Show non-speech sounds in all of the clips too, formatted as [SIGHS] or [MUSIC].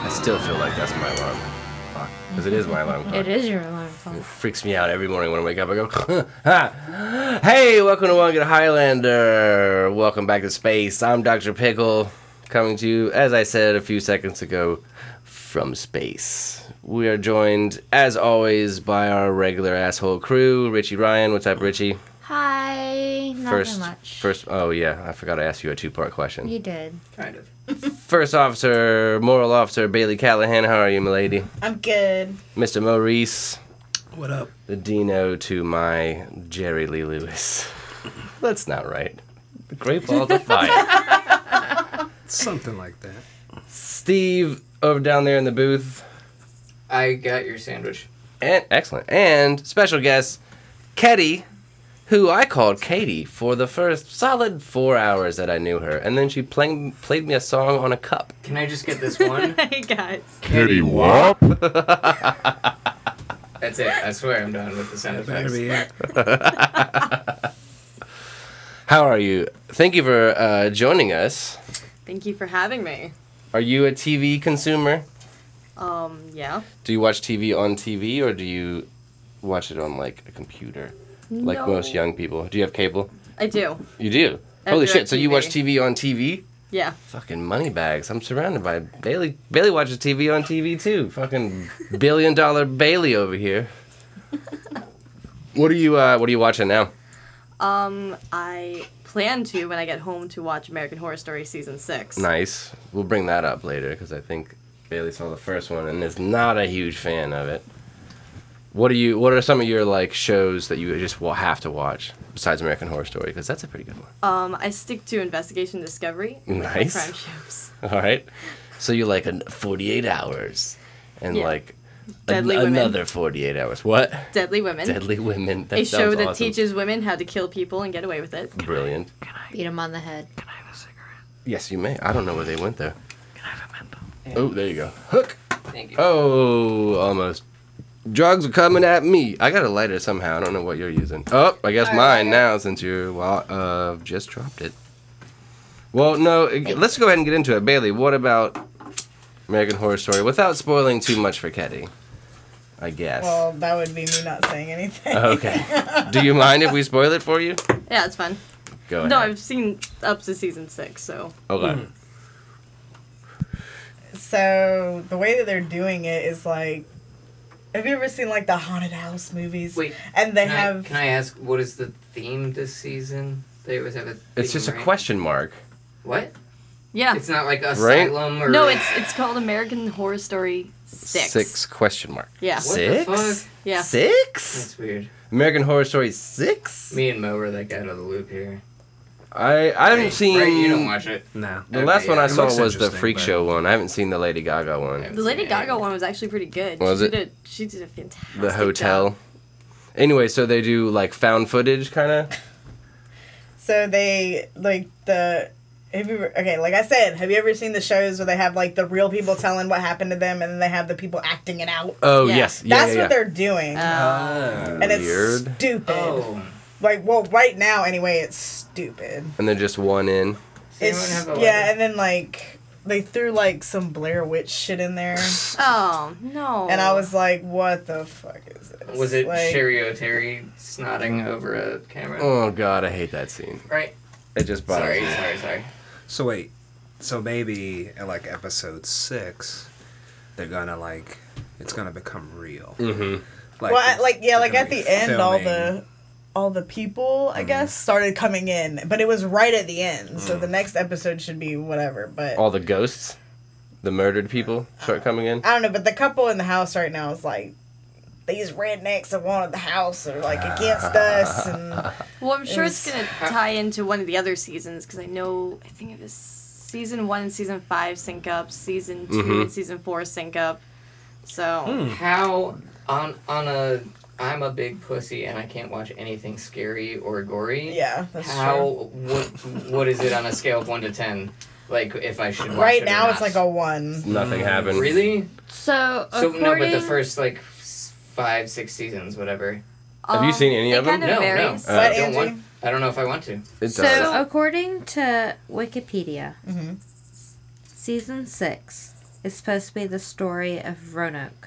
Uh, still feel like that's my alarm clock because it is my alarm clock. It is your alarm clock. It freaks me out every morning when I wake up. I go, [LAUGHS] "Ha! hey, welcome to One Good Highlander. Welcome back to space. I'm Dr. Pickle, coming to you, as I said a few seconds ago, from space. We are joined, as always, by our regular asshole crew, Richie Ryan. What's up, Richie? Hi. Not first, too much. first. Oh yeah, I forgot to ask you a two-part question. [LAUGHS] You did. Kind of. First officer, moral officer Bailey Callahan. How are you, milady? I'm good. Mr. Maurice. What up? The Dino to my Jerry Lee Lewis. [LAUGHS] That's not right. The Great Balls [LAUGHS] of Fire. Something like that. Steve over down there in the booth. I got your sandwich. And excellent. And special guest, Ketty, who I called Katie for the first solid four hours that I knew her. And then she playing, played me a song on a cup. Can I just get [LAUGHS] this one? Hey guys. Kitty Wop? That's it. I swear I'm done with the sound That better effects. be it. How are you? Thank you for uh, joining us. Thank you for having me. Are you a TV consumer? Um, yeah. Do you watch TV on TV or do you watch it on like a computer? Like No. most young people. Do you have cable? I do. You do. I Holy do shit! have So you watch TV. TV on TV? Yeah. Fucking money bags. I'm surrounded by Bailey. Bailey watches TV on TV too. Fucking billion dollar Bailey over here. What are you? Uh, what are you watching now? Um, I plan to when I get home to watch American Horror Story season six. Nice. We'll bring that up later because I think Bailey saw the first one and is not a huge fan of it. What are you? What are some of your like shows that you just will have to watch besides American Horror Story? Because that's a pretty good one. [LAUGHS] Um, I stick to Investigation Discovery. like my Nice. Crime shows. All right. So you like an 48 hours and Yeah. like Deadly an- Women. another 48 hours. What? Deadly Women. Deadly Women. That a show sounds that awesome. teaches women how to kill people and get away with it. Brilliant. Beat him on the head. Yes, you may. I don't know where they went there. Oh, there you go. Hook. Thank you. Oh, almost. Drugs are coming at me. I got a lighter somehow. I don't know what you're using. Oh, I guess All right. mine now since you well, uh just dropped it. Well, no. it- Let's go ahead and get into it, Bailey. What about American Horror Story without spoiling too much for Ketty? I guess. Well, that would be me not saying anything. Oh, okay. Do you mind if we spoil it for you? Yeah, it's fun. Go ahead. No, I've seen up to season six, so Okay. [LAUGHS] So the way that they're doing it is like, have you ever seen like the haunted house movies? Wait, and they can, I, have can I ask what is the theme this season? They always have a. It's theme, just a right? question mark. What? yeah. It's not like Right? asylum or. no, it's it's called American Horror Story six. Six question mark. Yeah. What Six? the fuck? Yeah. Six? That's weird. American Horror Story six? Me and Mo were like out of the loop here. I I haven't Right, seen Right, you don't watch it. No. the Okay, last one yeah. I It saw looks was the interesting, Freak but- Show one. I haven't seen the Lady Gaga Yeah. one. The Lady Yeah. Gaga one was actually pretty good. Was she it? Did a, she did a fantastic. The hotel. job. Anyway, so they do like found footage kind of. so they like the. Have you ever- okay? Like I said, have you ever seen the shows where they have like the real people telling what happened to them, and then they have the people acting it out? Oh Yeah. yes, yeah, That's yeah, what they're doing, Oh. yeah. and it's Weird. stupid. Oh. Like, well, right now anyway, it's stupid. And they're just one in. Does anyone It's have a yeah, lighter? and then like they threw like some Blair Witch shit in there, Oh no! and I was like, what the fuck is this? Was it like, Sherry O'Terry snotting over a camera? Oh god, I hate that scene. Right. It just bothers Sorry, me. sorry, sorry. So wait. So maybe at like episode six, they're gonna like it's gonna become real. Mhm. Like, well, I- like yeah, they're like gonna at be the end, all filming. the all the people, I guess, started coming in, but it was right at the end. So the next episode should be whatever. But Oh. All the ghosts, the murdered people start coming in. I don't know. But the couple in the house right now is like. These rednecks that wanted the house are like against us, and well, I'm sure it's Is- gonna tie into one of the other seasons because I know I think it was season one and season five sync up, season 2 Mm-hmm. and season four sync up. So Hmm. How on on a I'm a big pussy and I can't watch anything scary or gory. yeah, that's How true. what what is it on a scale of one to ten? Like if I should watch Right it or now, it's not? like a one. Nothing happened. really. So, So according, no, but the first like s- five six seasons whatever. Have you um, seen any it of them? Kind of No, varies. no. Uh, I What, don't Angie? want. I don't know if I want to. It does. So according to Wikipedia, Mhm. season six is supposed to be the story of Roanoke.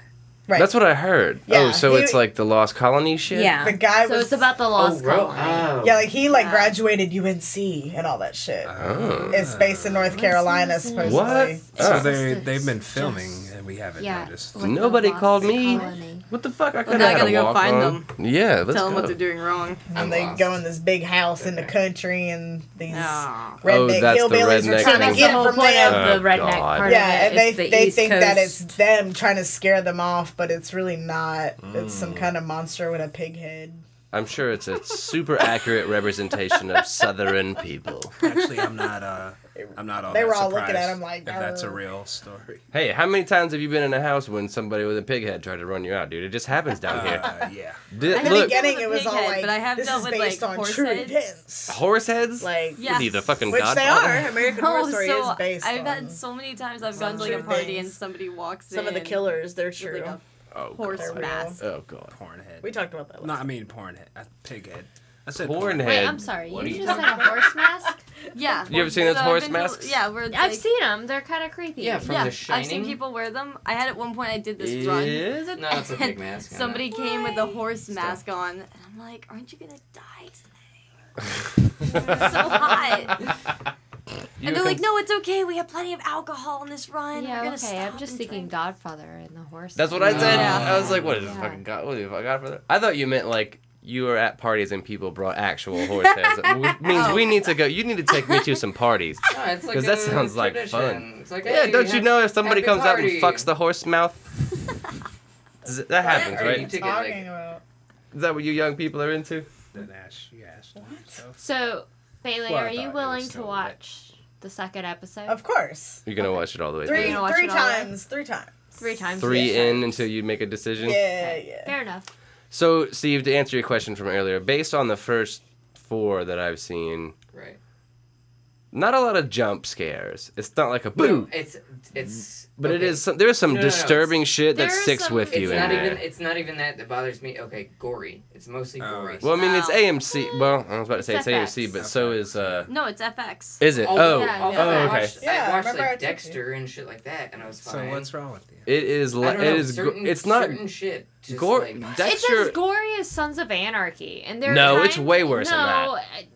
Right. That's what I heard. Yeah, oh, so he- it's like the Lost Colony shit? Yeah. The guy so was- it's about the lost ro- colony. oh. yeah, like he like Wow. graduated UNC and all that shit. Oh. it's based in North Carolina, What's supposedly. this? What? uh, So Oh. they Justice. they've been filming Justice. and we haven't noticed. with the Nobody lost called me. colony. What the fuck? I Well, could now I have had gotta a go walk find on. Yeah, let's Tell them go. what they're doing wrong. I'm And they lost. go in this big house in the Okay. country, and these No. Oh, redneck that's the hillbillies redneck are thing. trying So to get that's the it whole from point them. Oh, of the redneck God. part Yeah, and of it. they is the they East think that it's Coast. them trying to scare them off, but it's really not. It's Mm. some kind of monster with a pig head. I'm sure it's a super accurate representation of Southern people. Actually, I'm not. Uh, I'm not all. They that were all looking surprised at him like, "Oh." if that's a "Arr." [LAUGHS] real story. Hey, how many times have you been in a house when somebody with a pig head tried to run you out, dude? It just happens down here. Uh, yeah. Di- I In the look, beginning, With a it was pig all head, like, but I have "This dealt is with, based like, on horse true heads. events." horse heads? Like, Yeah. What are you, the fucking which they godfather? are. American Oh, Horror Story so is based I've on had so many times I've gone to like a True party things. and somebody walks in. some of the killers. They're with, like, true. a Oh, horse God. mask. Oh, God. We Pornhead. talked about that. No, Last I mean pornhead. Uh, Pighead. I said Pornhead. Wait, I'm sorry. What are you you just said a horse [LAUGHS] mask? Yeah. You ever seen those I've horse been to- masks? yeah, where it's I've like- seen them. They're kind of creepy. Yeah, from yeah, The I've seen Shining. people wear them. I had at one point I did this Is run. [LAUGHS] it? No, it's a big mask. I know. Somebody came with a horse Still. mask on, and I'm like, "Aren't you gonna [LAUGHS] die today?" It's so hot. You and they're like, can- "No, it's okay. We have plenty of alcohol on this run. We're Yeah, gonna okay. I'm stop just and thinking drink." Godfather and the horse. That's what I said. Yeah. I was like, what is this Yeah. fucking god? What is this, godfather? I thought you meant like you were at parties and people brought actual horse heads. It means we need to go. You need to take me to some parties. No, it's like 'Cause that a sounds like fun. tradition. It's like, Yeah, hey, don't you have- know if somebody happy comes party. out and fucks the horse mouth? Z- that happens, Or you right? take it, talking like, about. Is that what you young people are into? Then Ash, you asked. him, so- So, Bailey, Well, I are thought it you was willing to so watch the second episode? Of course, You're gonna watch it all the way three through. gonna watch three it all the way? times, three times. Three times. Three each. in until you make a decision. Yeah, yeah. Fair enough. So, Steve, to answer your question from earlier, based on the first four that I've seen, right. not a lot of jump scares. It's not like a boo. It's it's. But it okay. is some, there is some No, no, no, it's- disturbing shit that there is sticks some- with you It's in not there. even. It's not even that that bothers me. Okay, gory. It's mostly Oh, gory. right. well, I mean, it's Wow. AMC. Well, I was about to say it's Setbacks. AMC, but so is uh, No, it's FX. is it? Although- Oh, yeah, although yeah. oh, I okay. watched, Yeah, I I watched remember I like took you. Dexter and shit like that, and I was fine. So what's wrong with you? It is. I li- don't know, It is. go- certain- It's not certain shit. Just gore. like, Dexter. It's as gory as Sons of Anarchy, and there. No, are it's times- way worse than No, I- I-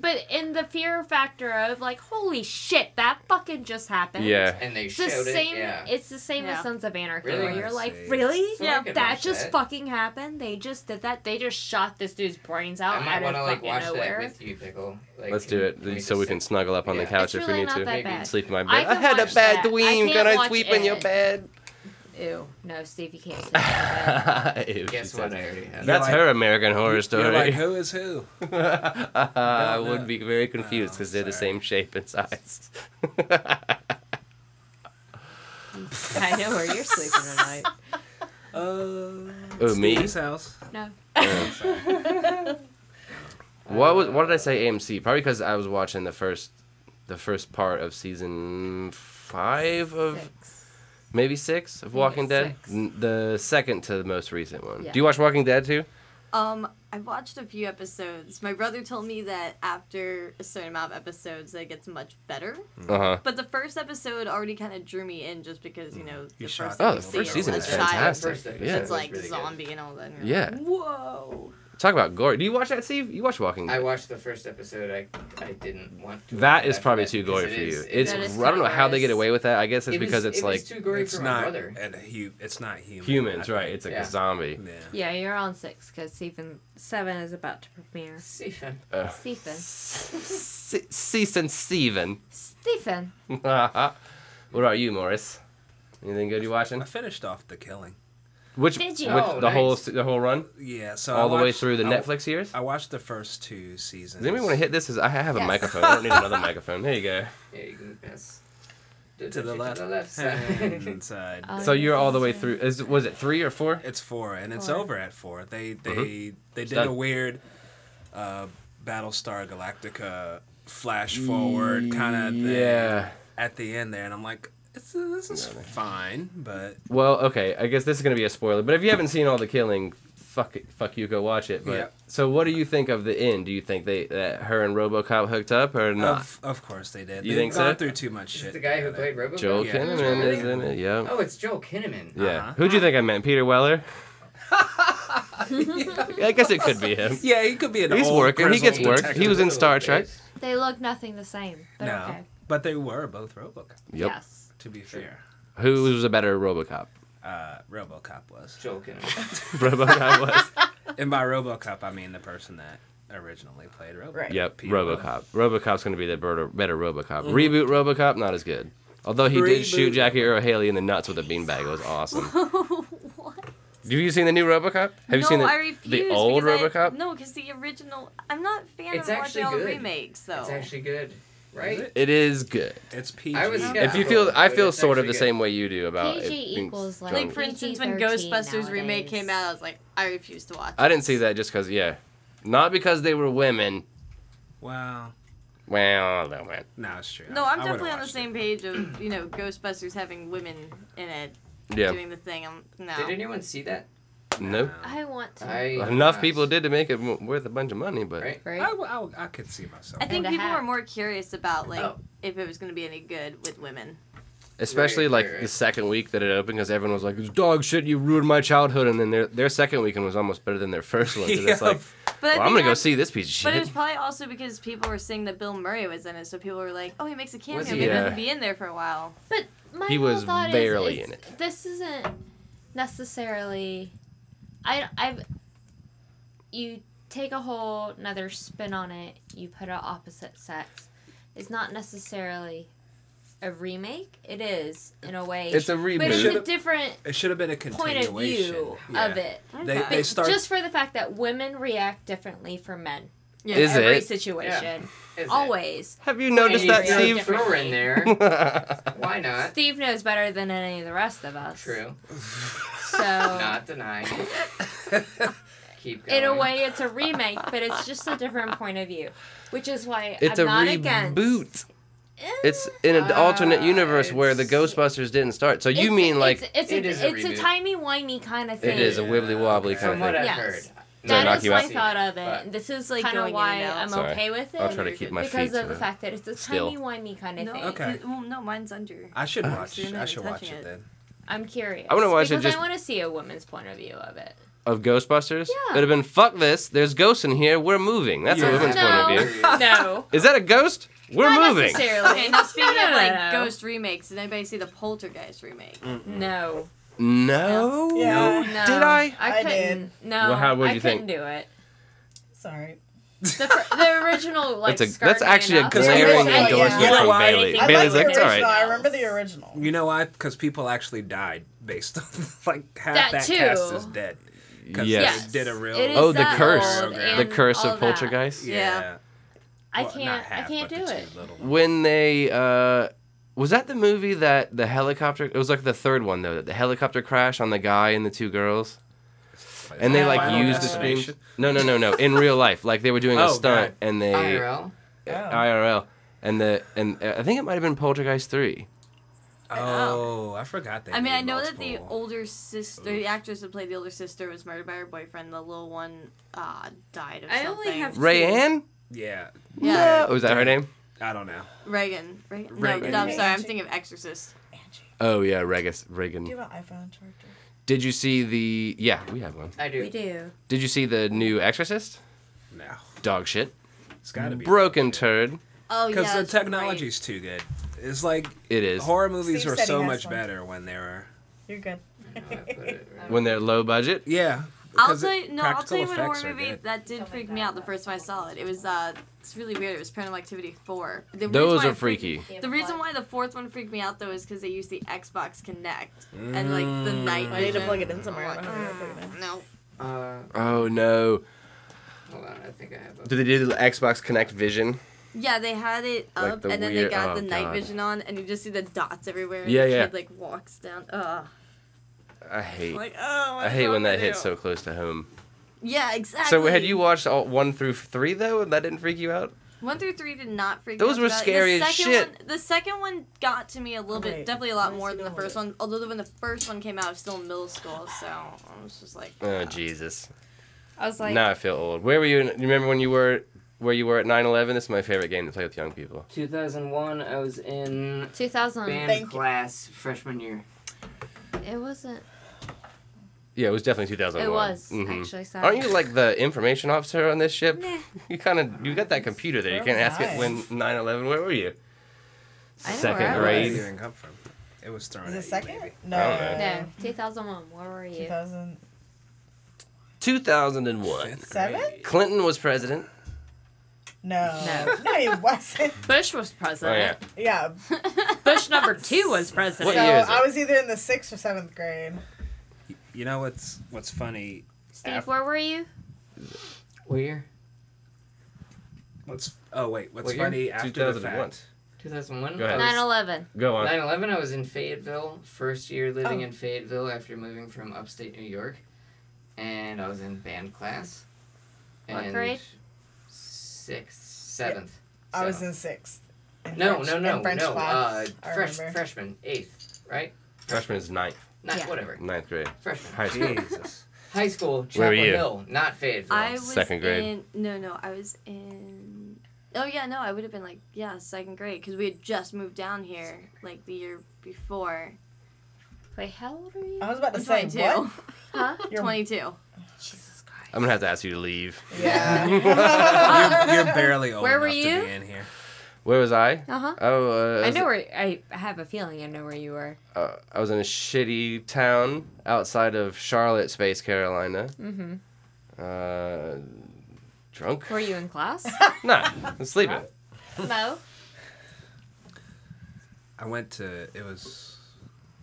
But in the fear factor of like, holy shit, that fucking just happened. yeah. and they It's showed the same. it. Yeah. It's the same Yeah. as Sons of Anarchy, Really? where I you're like, see. really? So I Yeah, could that watch just that. fucking happened. They just did that. They just shot this dudede's brains out I might out of want to like fucking watch nowhere. that with you, pickle. Like, Let's do we it so just we can sit- snuggle up on the Yeah. couch It's if really we need not to. that Maybe. bad. Sleep in my bed. I I, can had a watch bad that. I dream. can't Can I watch sleep in your it. bed? Ew, no, Steve, you [LAUGHS] can't. Sleep in that bed. Ew, [LAUGHS] she Guess what? said. I already had. That's You're like- her American Horror Story. You're like, who is who? I don't would know. be very confused No, because they're the sorry. same shape and [LAUGHS] size. I know where you're sleeping [LAUGHS] tonight. Uh, Oh, me? Steve's house. No. Oh, sorry. What was what did I say AMC? Probably because I was watching the first the first part of season five of Six. maybe six of think Walking it's Dead, six. N- the second to the most recent one. Yeah. Do you watch Walking Dead too? Um, I watched a few episodes. My brother told me that after a certain amount of episodes, that it gets much better. Mm. Uh huh. But the first episode already kind of drew me in, just because Mm. you know You the shot- first thing Oh, you the see first is season a is child. fantastic. First episode. Yeah. It's like really good. zombie and all that. and you're Yeah. like, Whoa. Talk about gore. Do you watch that, Steve? You watch Walking I Dead? watched the first episode. I I didn't want to. That watch is after probably that too because gory it for is- you. it It's is- That is I don't know how they horrendous. get away with that. I guess it's it was- because it's it like was too gory it's for my not. brother. And hu- it's not human. humans, I right? think. It's like Yeah. a [LAUGHS] zombie. yeah. Yeah, you're on six because season seven is about to premiere. Stephen. Uh, Stephen, Se- season seven. Stephen, [LAUGHS] what about you, Morris? Anything good you watching? I finished off the killing. Which Did you? with Oh, the whole nice. se- the whole run, Yeah, so all I the way watched- through the Uh, I- Netflix years. I watched the first two seasons. Does anybody want to hit this? Is I have a Yes. microphone. I don't need another microphone. There you [LAUGHS] go. Yeah, you can pass. to the left, To the [LAUGHS] left side. hand [LAUGHS] side. Uh, So you're all the way through. Is was it three or four? It's four, and it's Four. over at four. They they they did Mm-hmm. done. a weird uh, Battlestar Galactica flash forward kind of thing Yeah. at the end there, and I'm like, it's, this is fine, but Well, okay. I guess this is gonna be a spoiler. But if you haven't seen all the killing, fuck it, fuck you, go watch it. But Yeah. so, what do you think of the end? Do you think they that her and RoboCop hooked up or not? Of, of course they did. You They've think so? gone through too much Is shit. it the guy who together. played Robocop? Joel Yeah, Kinnaman Joel is in it. Yeah. Oh, it's Joel Kinnaman. Oh. yeah. uh-huh. Who do you think I meant? Peter [LAUGHS] Weller. I guess it could be him. Yeah, he could be an He's old working. He gets grizzled work. detective. He was in Star Trek. They look nothing the same. But No, okay. but they were both RoboCop. Yep. Yes. To be fair, Who was a better RoboCop? uh, RoboCop was. Joel [LAUGHS] Kinnaman. RoboCop was. And by RoboCop, I mean the person that originally played RoboCop. Right. Yep. Peter RoboCop. RoboCop's going to be the better, better RoboCop. Mm-hmm. Reboot RoboCop, not as good. Although he did shoot Reboot. Jackie Earl Haley in the nuts with a beanbag. It was awesome. Have [LAUGHS] what? you seen the new RoboCop? Have you no, seen the, I refuse the old because I- RoBocop? no, because the original. I'm not a fan It's of actually watching all the good. remakes, though. It's actually good, right? Is it? It is good. It's PG. I was Yeah. If you feel, I But feel it's sort of the actually same way you do about PG it being equals, like, strong. like for instance, when PG-13 Ghostbusters remake nowadays. came out, I was like, I refuse to watch. I didn't see that just because, yeah, not because they were women. Well, Well, no, man. no, it's true. No, I- I'm I would've definitely on the watched it. same page of you know Ghostbusters having women in it Yeah, doing the thing. I'm no. Did anyone see that? no. I want to. I Enough people did to make it w- worth a bunch of money, but Right. I, right? w- I w- I could see myself. I think And a people hat. were more curious about like Oh. if it was going to be any good with women. especially Right, like right, the right. second week that it opened because everyone was like, "It's dog shit, you ruined my childhood," and then their their second weekend was almost better than their first [LAUGHS] one. 'cause It's Yeah. like, well, But I think I'm gonna go that- see this piece of But it shit. was probably also because people were seeing that Bill Murray was in it, so people were like, "Oh, he makes a cameo. he? Maybe Yeah. he'll be in there for a while." But my He whole was thought is- barely is, in it. This isn't necessarily. I I've. You take a whole another spin on it. You put it opposite sex. It's not necessarily a remake. It is in a way. It's a But it's reboot. a Should've- different It should have been a point continuation of view Yeah. of it. They, Okay. they But start. just for the fact that women react differently from men Yeah. Is every it? situation. Is it? Always. Have you noticed And that, you Steve? know, Throw [LAUGHS] in there. Why not? Steve knows better than any of the rest of us. True. [LAUGHS] So Not denying. Keep going. in a way it's a remake but it's just a different point of view which is why It's i'm a not reboot. against Uh, It's in an Ah, alternate universe where the it's- Ghostbusters didn't start. So you Eh, It's- mean like it's, it's It a, is a it's a reboot. timey wimey kind of thing it is a Yeah, wibbly wobbly okay. kind From of what thing? I've Yes. heard. Did I knock that is you my out? thought of it But- this is like Like kind of going why in and out. i'm Sorry. okay with it I'll try to keep my because feet of the tonight. fact that it's a Still. timey wimey kind of No, thing Okay. you- well, no, mine's [LAUGHS] under. [LAUGHS] I should Uh, watch. you're not I should watch touching it, it. then. i'm curious I wanna watch it because just- i want to see a woman's point of view of it Of Ghostbusters, Yeah. it'd have been fuck this. There's ghosts in here. We're moving. That's a Yeah. woman's point no of view. [LAUGHS] no Is that a ghost? We're not moving. necessarily Okay, now speaking [LAUGHS] no, of no, like no. ghost remakes, did anybody see the Poltergeist remake? Mm, no No. Yeah. no Did I? I i did. couldn't no Well, how- what'd i you couldn't think? do it Sorry. The, fir- the original, like, That's a- scarred that's me actually a enough. glaring I didn't endorsement want from to Bailey. anything I Bailey's about like like, it's the it. all original. right. I remember the original. You know why? Because people actually died based [LAUGHS] on like half That that, too. cast is dead. 'Cause Yes. they did a real. It is Oh, the that curse. old The The and curse all of that. poltergeist. Yeah. I Well, not can't. half, I can't but do the it. two little ones. When they uh was that the movie that the helicopter it was like the third one though, that the helicopter crash on the guy and the two girls. And they like Oh, Final used the screen. Destination? No, no, no, no. In real life. Like they were doing a Oh, stunt God. and they IRL. IRL. And the and uh, I think it might have been Poltergeist three. Oh, I forgot that. I mean, I know that the older sister, the actress that played the older sister, was murdered by her boyfriend. The little one uh, died of I something. only have- Rayanne? Yeah, Yeah. No. Was that her name? I don't know. Reagan. Reagan. No, Reagan. no, I'm sorry. I'm thinking of Exorcist. Angie, Oh yeah, Regis do Reagan. you have an iPhone charger? Did you see the? Yeah, we have one. I do. We do. Did you see the new Exorcist? No, Dog shit. it's gotta be Broken turd. Oh yeah. Because the that's right. technology's too good. It's like It is. horror movies Steve were said he so has much one. better when they were. You're good. No, I put it [LAUGHS] right. When they're low budget. Yeah. I'll because tell it- you, no, I'll practical tell you what effects horror are movie good. that did freak me out the first time I saw it. It was uh, it's really weird. It was Paranormal Activity four. The reason Those why are it freaked- freaky. The reason why the fourth one freaked me out though is because they used the Xbox Connect and like the Mm. night vision. I need to plug it in somewhere. I I'm don't know where to plug it like, in. mm, no. Uh, Oh no. hold on. I think I have. Did they do the Xbox Connect Vision? Yeah, they had it Like up the and then weird- they got oh, the night God. vision on and you just see the dots everywhere. And Yeah, the yeah. Kid, like walks down. Ugh. I hate. Like oh. I hate when that hits so close to home. Yeah, exactly. So had you watched all one through three though, and that didn't freak you out? One through three did not freak. me Those out were about it. scary the as second shit. One, the second one got to me a little Wait, bit, definitely a lot where's more he than the going with first it? one. Although when the first one came out, I was still in middle school, so I was just like, Oh Jesus! I was like, now I feel old. Where were you? in- You remember when you were where you were at 9/11? This is my favorite game to play with young people. 2001, I was in 2000. band Thank you. class freshman year. It wasn't. Yeah, it was definitely 2001. It was Mhm. actually. Sorry. Aren't you like the information officer on this ship? Nah. You kind of you got that computer there. You Where can't ask was it I? when 9/11. Where were you? I know Second where I Where did grade. it even come from? It was thrown Is at it you, second? maybe. No. I don't No, 2001. Where were [LAUGHS] you? 2000. 2001. Fifth Seven? grade. Clinton was president. No. No. No, he [LAUGHS] wasn't. Bush was president. Yeah. Bush number two was president. Oh, What so year is it? I was either in the sixth or seventh grade. You know what's what's funny? Steve, Af- where were you? What year? What's oh wait, what's What year? funny after the 2001. fact? 2001. Go ahead. I was- 9 11. Go on. 9/11. I was in Fayetteville, first year living Oh. in Fayetteville after moving from upstate New York, and I was in band class. What grade? Sixth, seventh. I was seventh. in sixth. In No, French- no, no, in French no. Uh, class, I fresh, remember. freshman, eighth, right? Freshman is ninth. Not Yeah. whatever. Ninth grade. Freshman. High school. Jesus. High school, Chapel Where were you? Hill, not Fayetteville. I was Oh, Second grade. In, no, no, I was in. Oh yeah, no, I would have been like yeah, second grade because we had just moved down here like the year before. Wait, how old are you? I was about to I'm say, what? [LAUGHS] [LAUGHS] Huh? You're- Twenty-two. Jesus Christ. I'm gonna have to ask you to leave. Yeah. you're, you're barely old Where enough were to you? be in here. Where was I? Uh huh. Oh, uh, Uh-huh. I was- know where. I have a feeling I know where you were. uh, I was in a shitty town outside of Charlotte, Space Carolina. Mm-hmm. Uh, drunk? Were you in [LAUGHS] class? Nah, I'm sleeping. Mo? I went to it was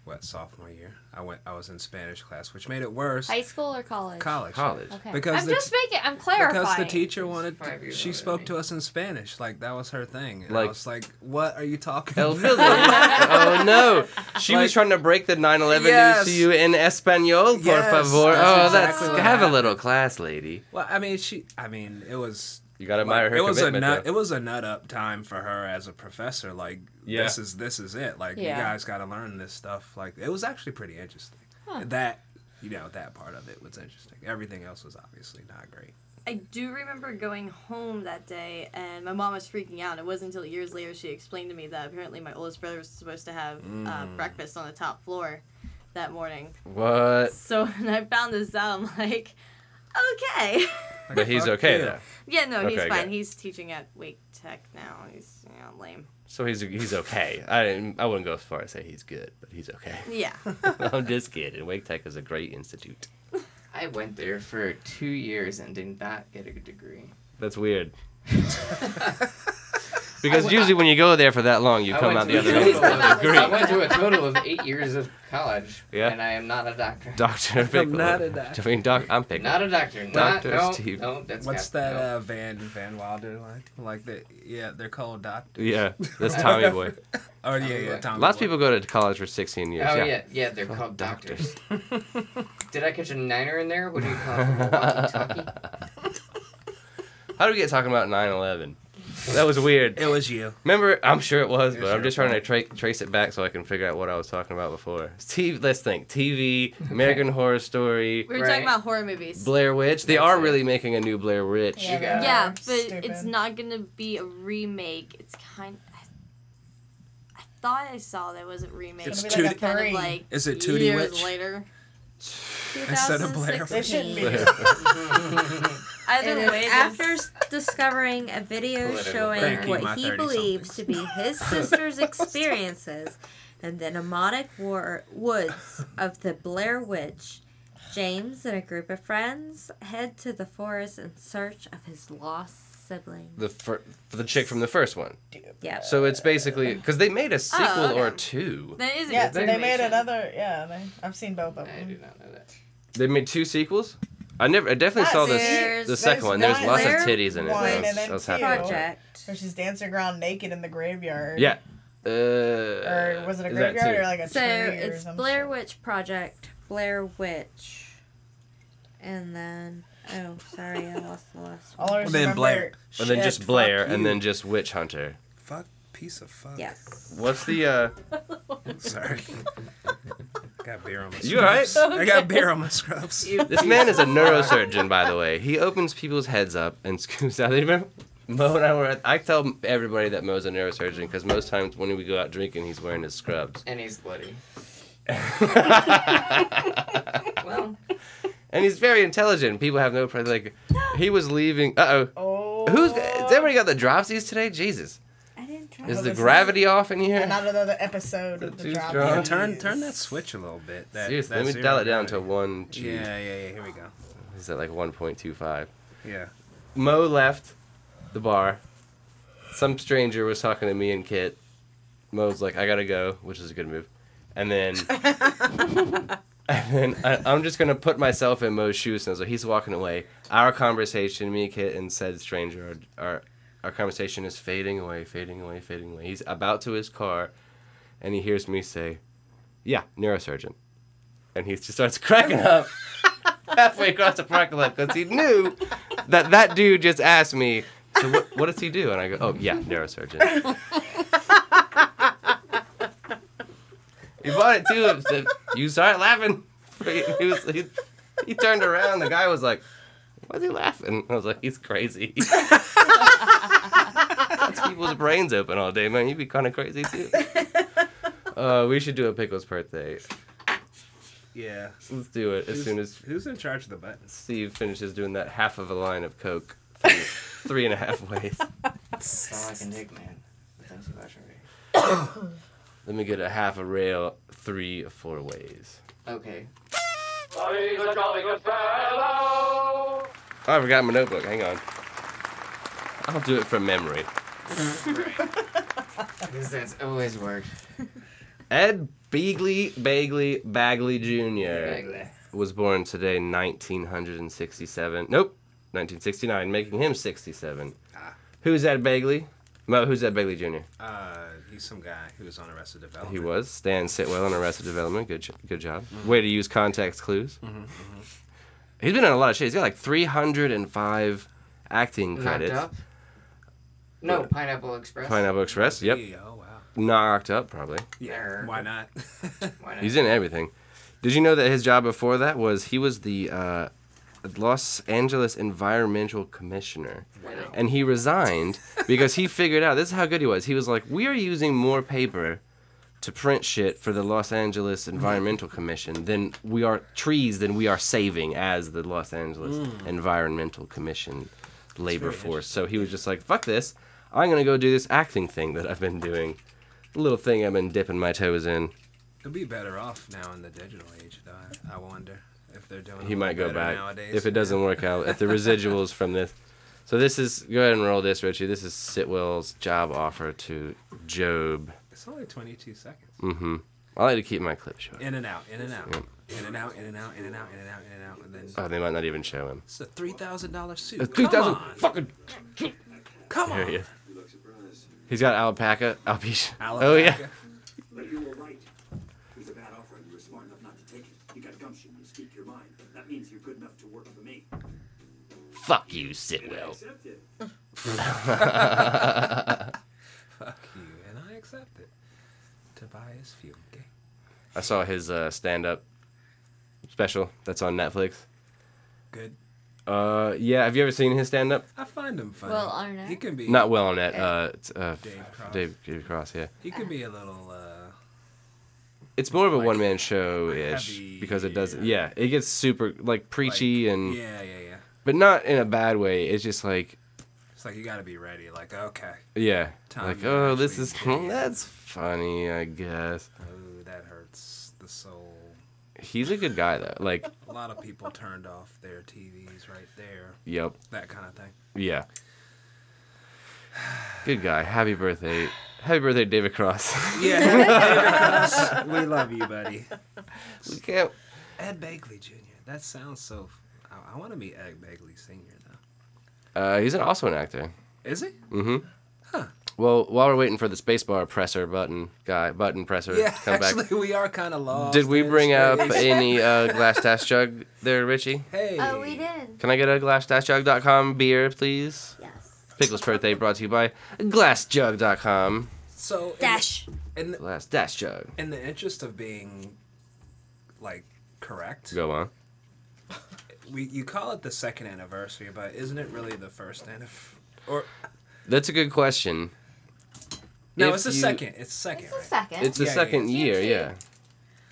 what sophomore year. I went. I was in Spanish class, which made it worse. High school or [LAUGHS] college? college. College. Okay. Because I'm the- just making. I'm clarifying. Because the teacher wanted, Five years she older than spoke me. to us in Spanish. Like that was her thing. And Like- I was like, "What are you talking El about?" Billy. oh no, she was Like- trying to break the 9/11 Yes. news to you in Espanol. Por Yes, favor. that's oh, exactly that's what have a happened. little class, lady. [LAUGHS] Well, I mean, she. I mean, it was. You gotta Like, admire her it was a commitment. nut. though. It was a nut up time for her as a professor. Like Yeah. this is this is it. Like Yeah. you guys got to learn this stuff. Like it was actually pretty interesting. That you know that part of it was interesting. Everything else was obviously not great. I do remember going home that day, and my mom was freaking out. It wasn't until years later she explained to me that apparently my oldest brother was supposed to have uh, Mm. breakfast on the top floor that morning. What? So [LAUGHS] when I found this out, I'm like, okay. [LAUGHS] Like, But he's fuck okay you. though. yeah, no, he's Okay, fine. good. He's teaching at Wake Tech now. He's you know, lame. So he's he's okay. I didn't- I wouldn't go as far as say he's good, but he's okay. [LAUGHS] Yeah. [LAUGHS] I'm just kidding. Wake Tech is a great institute. I went there for two years and did not get a degree. That's weird. Because usually when you go there for that long, you I come went out to the a other total end of- with a [LAUGHS] I degree. went to a total of eight years of college, Yeah. and I am not a doctor. [LAUGHS] Doctor Pickle. not a doctor. I [LAUGHS] mean, doc. I'm Pickle. Not a doctor. Not, Dr. no, Steve. no, that's What's got- that no. uh, Van Van Wilder like? Like that? Yeah, they're called [LAUGHS] doctors. yeah, that's Tommy Boy. Oh yeah, yeah. Tommy Lots of Boy. people go to college for 16 years. Oh yeah. yeah, yeah, they're called doctors. [LAUGHS] Did I catch a niner in there? What do you call it? from [LAUGHS] Milwaukee, Tucky? How do we get talking about 9/11? That was weird. It was you. Remember, I'm sure it was, It's but I'm your just trying to tra- trace it back so I can figure out what I was talking about before. TV, let's think. TV, American Horror Story, We were Right. talking about horror movies. Blair Witch. They That's are it. really making a new Blair Witch. You got it. yeah, but Stupid. it's not going to be a remake. It's kind I, I thought I saw that it wasn't remake. It's but two- it's kind three. of like Is it 2D years Witch? later. Instead of Blair. They shouldn't be. 2016. Either It is way, after s- discovering a video Political showing Thank you, my what he 30 believes to be his sister's experiences in the mnemonic war- woods of the Blair Witch, James and a group of friends head to the forest in search of his lost sibling. The fir- the chick from the first one. Yep. So it's basically because they made a sequel or okay. two. That is a Yeah, good they They made should. another. Yeah, they, I've seen both of I do them. not know that. They made two sequels. I never. I definitely Yes, saw this. there's- The second there's one. There's one- lots of there's titties in it. one I was, and then I was two. happy. about that. Project. Where she's dancing around naked in the graveyard. Yeah. Uh, Or was it a is that graveyard two? or like a So tree or it's some Blair shit? Witch Project, Blair Witch, and then Oh, sorry, I lost the last All I And remember- then Blair. And then Shit, just Blair, fuck and you. then just Witch Hunter. Fuck, piece of fuck. Yes. What's the uh? [LAUGHS] Sorry. got beer on my scrubs. You alright? I got beer on my scrubs. This man is a neurosurgeon, by the way. He opens people's heads up and [LAUGHS] scoops out. Remember, Mo and I were. At, I tell everybody that Mo's a neurosurgeon because most times when we go out drinking, he's wearing his scrubs. [LAUGHS] And he's bloody. and Well, he's very intelligent. People have no problem. Like, he was leaving. Uh oh. Oh. Who's? Has everybody got the dropsies today? Jesus. I didn't try. Is Oh, the this- [LAUGHS] gravity off in here? Not another episode of The the Juice drop. Drop. Yeah, Oh, turn turn that switch a little bit. That, Seriously, that let me zero dial it down to gravity. one. G. Yeah, yeah, yeah. Here we go. He's at like 1.25. Yeah. Mo left the bar. Some stranger was talking to me and Kit. Mo's like, I gotta go, which is a good move. And then, and then I, I'm just gonna put myself in Mo's shoes. And so he's walking away. Our conversation, me, Kit, and said stranger, are, are, our conversation is fading away, fading away, fading away. He's about to his car, and he hears me say, "Yeah, neurosurgeon," and he just starts [LAUGHS] cracking up halfway across the parking lot because he knew that that dude just asked me, so what, what does he do? And I go, oh, yeah, neurosurgeon. he bought it too. and said, you start laughing. [LAUGHS] He, he was, he, he turned around. The guy was like, why's he laughing? I was like, he's crazy. [LAUGHS] Cuts people's brains open all day, man. You'd be kind of crazy too. Uh, we should do a pickles birthday. Yeah. Let's do it as Who's- soon as who's in charge of the buttons? Steve finishes doing that half of a line of Coke three, three and a half ways. that's all I can take, man. Thanks so much already. Let me get a half a rail three or four ways. Okay. Oh, I forgot my notebook. Hang on. I'll do it from memory. Because that's always worked. Ed Beagley Bagley Bagley Jr. Bagley. was born today, 1967. Nope, 1969, making him 67. Ah. Who's Ed Bagley? Mo, who's Ed Bagley Jr.? Uh, he's some guy who was on Arrested Development. He was Stan Sitwell on Arrested Development. Good, jo- good job. Way to use context clues. mm-hmm. He's been in a lot of shit. He's got like 305 acting Knocked credits. up? No, Pineapple Express. Pineapple Express. Yep, Yeah, oh wow. knocked up probably. Yeah. Err. Why not? [LAUGHS] Why not? He's in everything. Did you know that his job before that was he was the uh, Los Angeles Environmental Commissioner, Wow. and he resigned because he figured out this is how good he was. He was like, we are using more paper to print shit for the Los Angeles Environmental Commission than we are trees than we are saving as the Los Angeles Environmental Commission labor force. So he was just like, fuck this. I'm gonna go do this acting thing that I've been doing. Little thing I've been dipping my toes in. He'll be better off now in the digital age, though. I- I wonder if they're doing. a he little might go better back nowadays. if it doesn't work out. If the residuals from this, so this is go ahead and roll this, Richie. This is Sitwell's job offer to Job. It's only 22 seconds. Mm-hmm. I like to keep my clip short. In and out, in and out, in and out, in and out, in and out, in and out, in and out, and then. Oh, they might not even show him. It's a three thousand dollar suit. It's three Come thousand on. fucking. Come There he on. is. He's got alpaca, alpaca. Alapaca. Oh yeah. [LAUGHS] But you were right. It was a bad offer, and you were smart enough not to take it. You got gumption. You speak your mind. That means you're good enough to work for me. Fuck you, And I Sitwell. accept it. Fuck you, and I accept it. Tobias Fugate. I saw his uh, stand-up special that's on Netflix. Good. Uh, yeah. Have you ever seen his stand-up? I find him funny. Will Arnett? He can be Not Will Arnett. Uh, it's, uh, Dave Cross. Dave, Dave Cross. Yeah. He can be a little. uh it's more of a one man show ish heavy, because it doesn't. Yeah, it gets super like preachy like- and, Yeah, yeah, yeah. but not in a bad way. It's just like, It's like you got to be ready. Like okay, yeah, Time like to oh, this actually is [LAUGHS] dig in. that's funny, I guess. oh that hurts the soul. He's a good guy though. Like, A lot of people turned off their TVs right there. yep, That kind of thing. yeah, good guy. Happy birthday, happy birthday, David Cross. [LAUGHS] Yeah, [LAUGHS] David Cross, [LAUGHS] we love you, buddy. we can't. Ed Begley Jr. That sounds so. I, I want to meet Ed Begley Sr. though. Uh, he's an, also an actor. Is he? Mm-hmm. Huh. Well, while we're waiting for the spacebar presser button guy, button presser Yeah, to come actually, back, we are kind of lost. did we in bring up space. any uh, glass dash jug there, Richie? Hey. Oh, we did. Can I get a glass-jug.com beer, please? Yes. Pickle's birthday brought to you by glassjug.com. So in the, Dash. in, the, Glass dash jug. in the interest of being like correct, Go on. we you call it the second anniversary, but isn't it really the first anniversary? Or That's a good question. no, If it's the you- second. It's second. It's the right? second. It's the Yeah, yeah, second yeah. year, Can't yeah.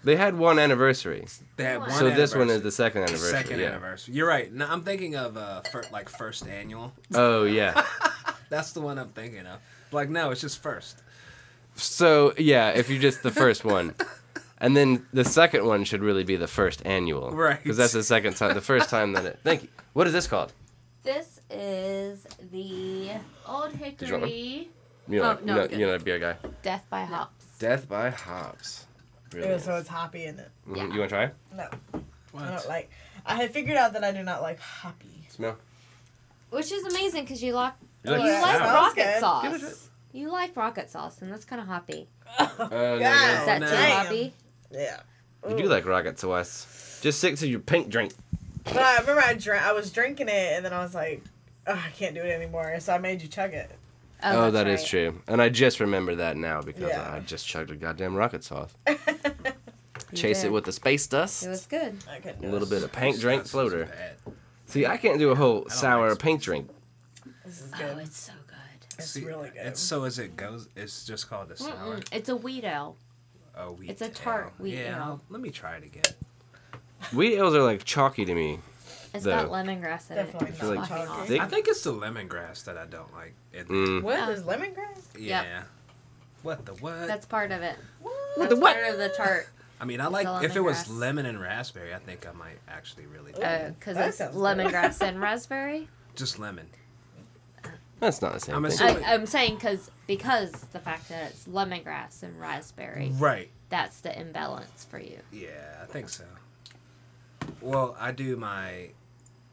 They had one anniversary, They had So one so this one anniversary. is the second anniversary. Second yeah. anniversary. You're right. No, I'm thinking of uh, fir- like first annual. Oh yeah. That's the one I'm thinking of. Like no, it's just first. So yeah, if you're just the first one, and then the second one should really be the first annual, Right. Because that's the second time, the first time that it. Thank you. What is this called? This is the Old you want one? Hickory You Oh, know, no, no, I'm good. you know, beer guy. Death by Hops. Death by hops. Ew, so it's hoppy in it. Mhm. yeah. You want to try? it? No, I What? don't like. I had figured out that I do not like hoppy. Smell. Which is amazing because you, lock, You you like Yeah, like sounds rocket good. Give it a sauce. You like rocket sauce, and that's kind of hoppy. Uh, no, Yeah. Is Oh, no. that no. too Damn. hoppy? Yeah. You do like rocket sauce. Just stick to your pink drink. But I remember I drank. I was drinking it, and then I was like, "Ugh, I can't do it anymore. So I made you chug it. Oh, that is that's right. true. And I just remember that now because Yeah. I just chugged a goddamn rocket [LAUGHS] sauce. You Chase did. it with the space dust. It was good. I couldn't a do little this. bit of pink drink That's floater. bad. See, I can't do a whole sour like pink drink. This is Oh, good. it's so good. It's See, really good. It's so as it goes. It's just called a sour. Mm-mm. It's a wheat ale. A wheat It's a tart ale. wheat Yeah, ale. I'll- let me try it again. Wheat ales are like chalky to me. It's Though. got lemongrass in Definitely it. feel not like Fucking chunky. Thick. I think it's the lemongrass that I don't like. It, Mm. Oh. What? There's lemongrass? Yeah. Yep. What the what? That's part of it. What? That's part of the tart I mean, I It's like the if it was lemongrass. Oh. lemon and raspberry, I think I might actually really do. it. because that uh, it's sounds good. lemongrass and raspberry. just lemon. That's not the same I'm thing. assuming- I, I'm saying because because the fact that it's lemongrass and raspberry, Right. that's the imbalance for you. Yeah, I think so. Well, I do my.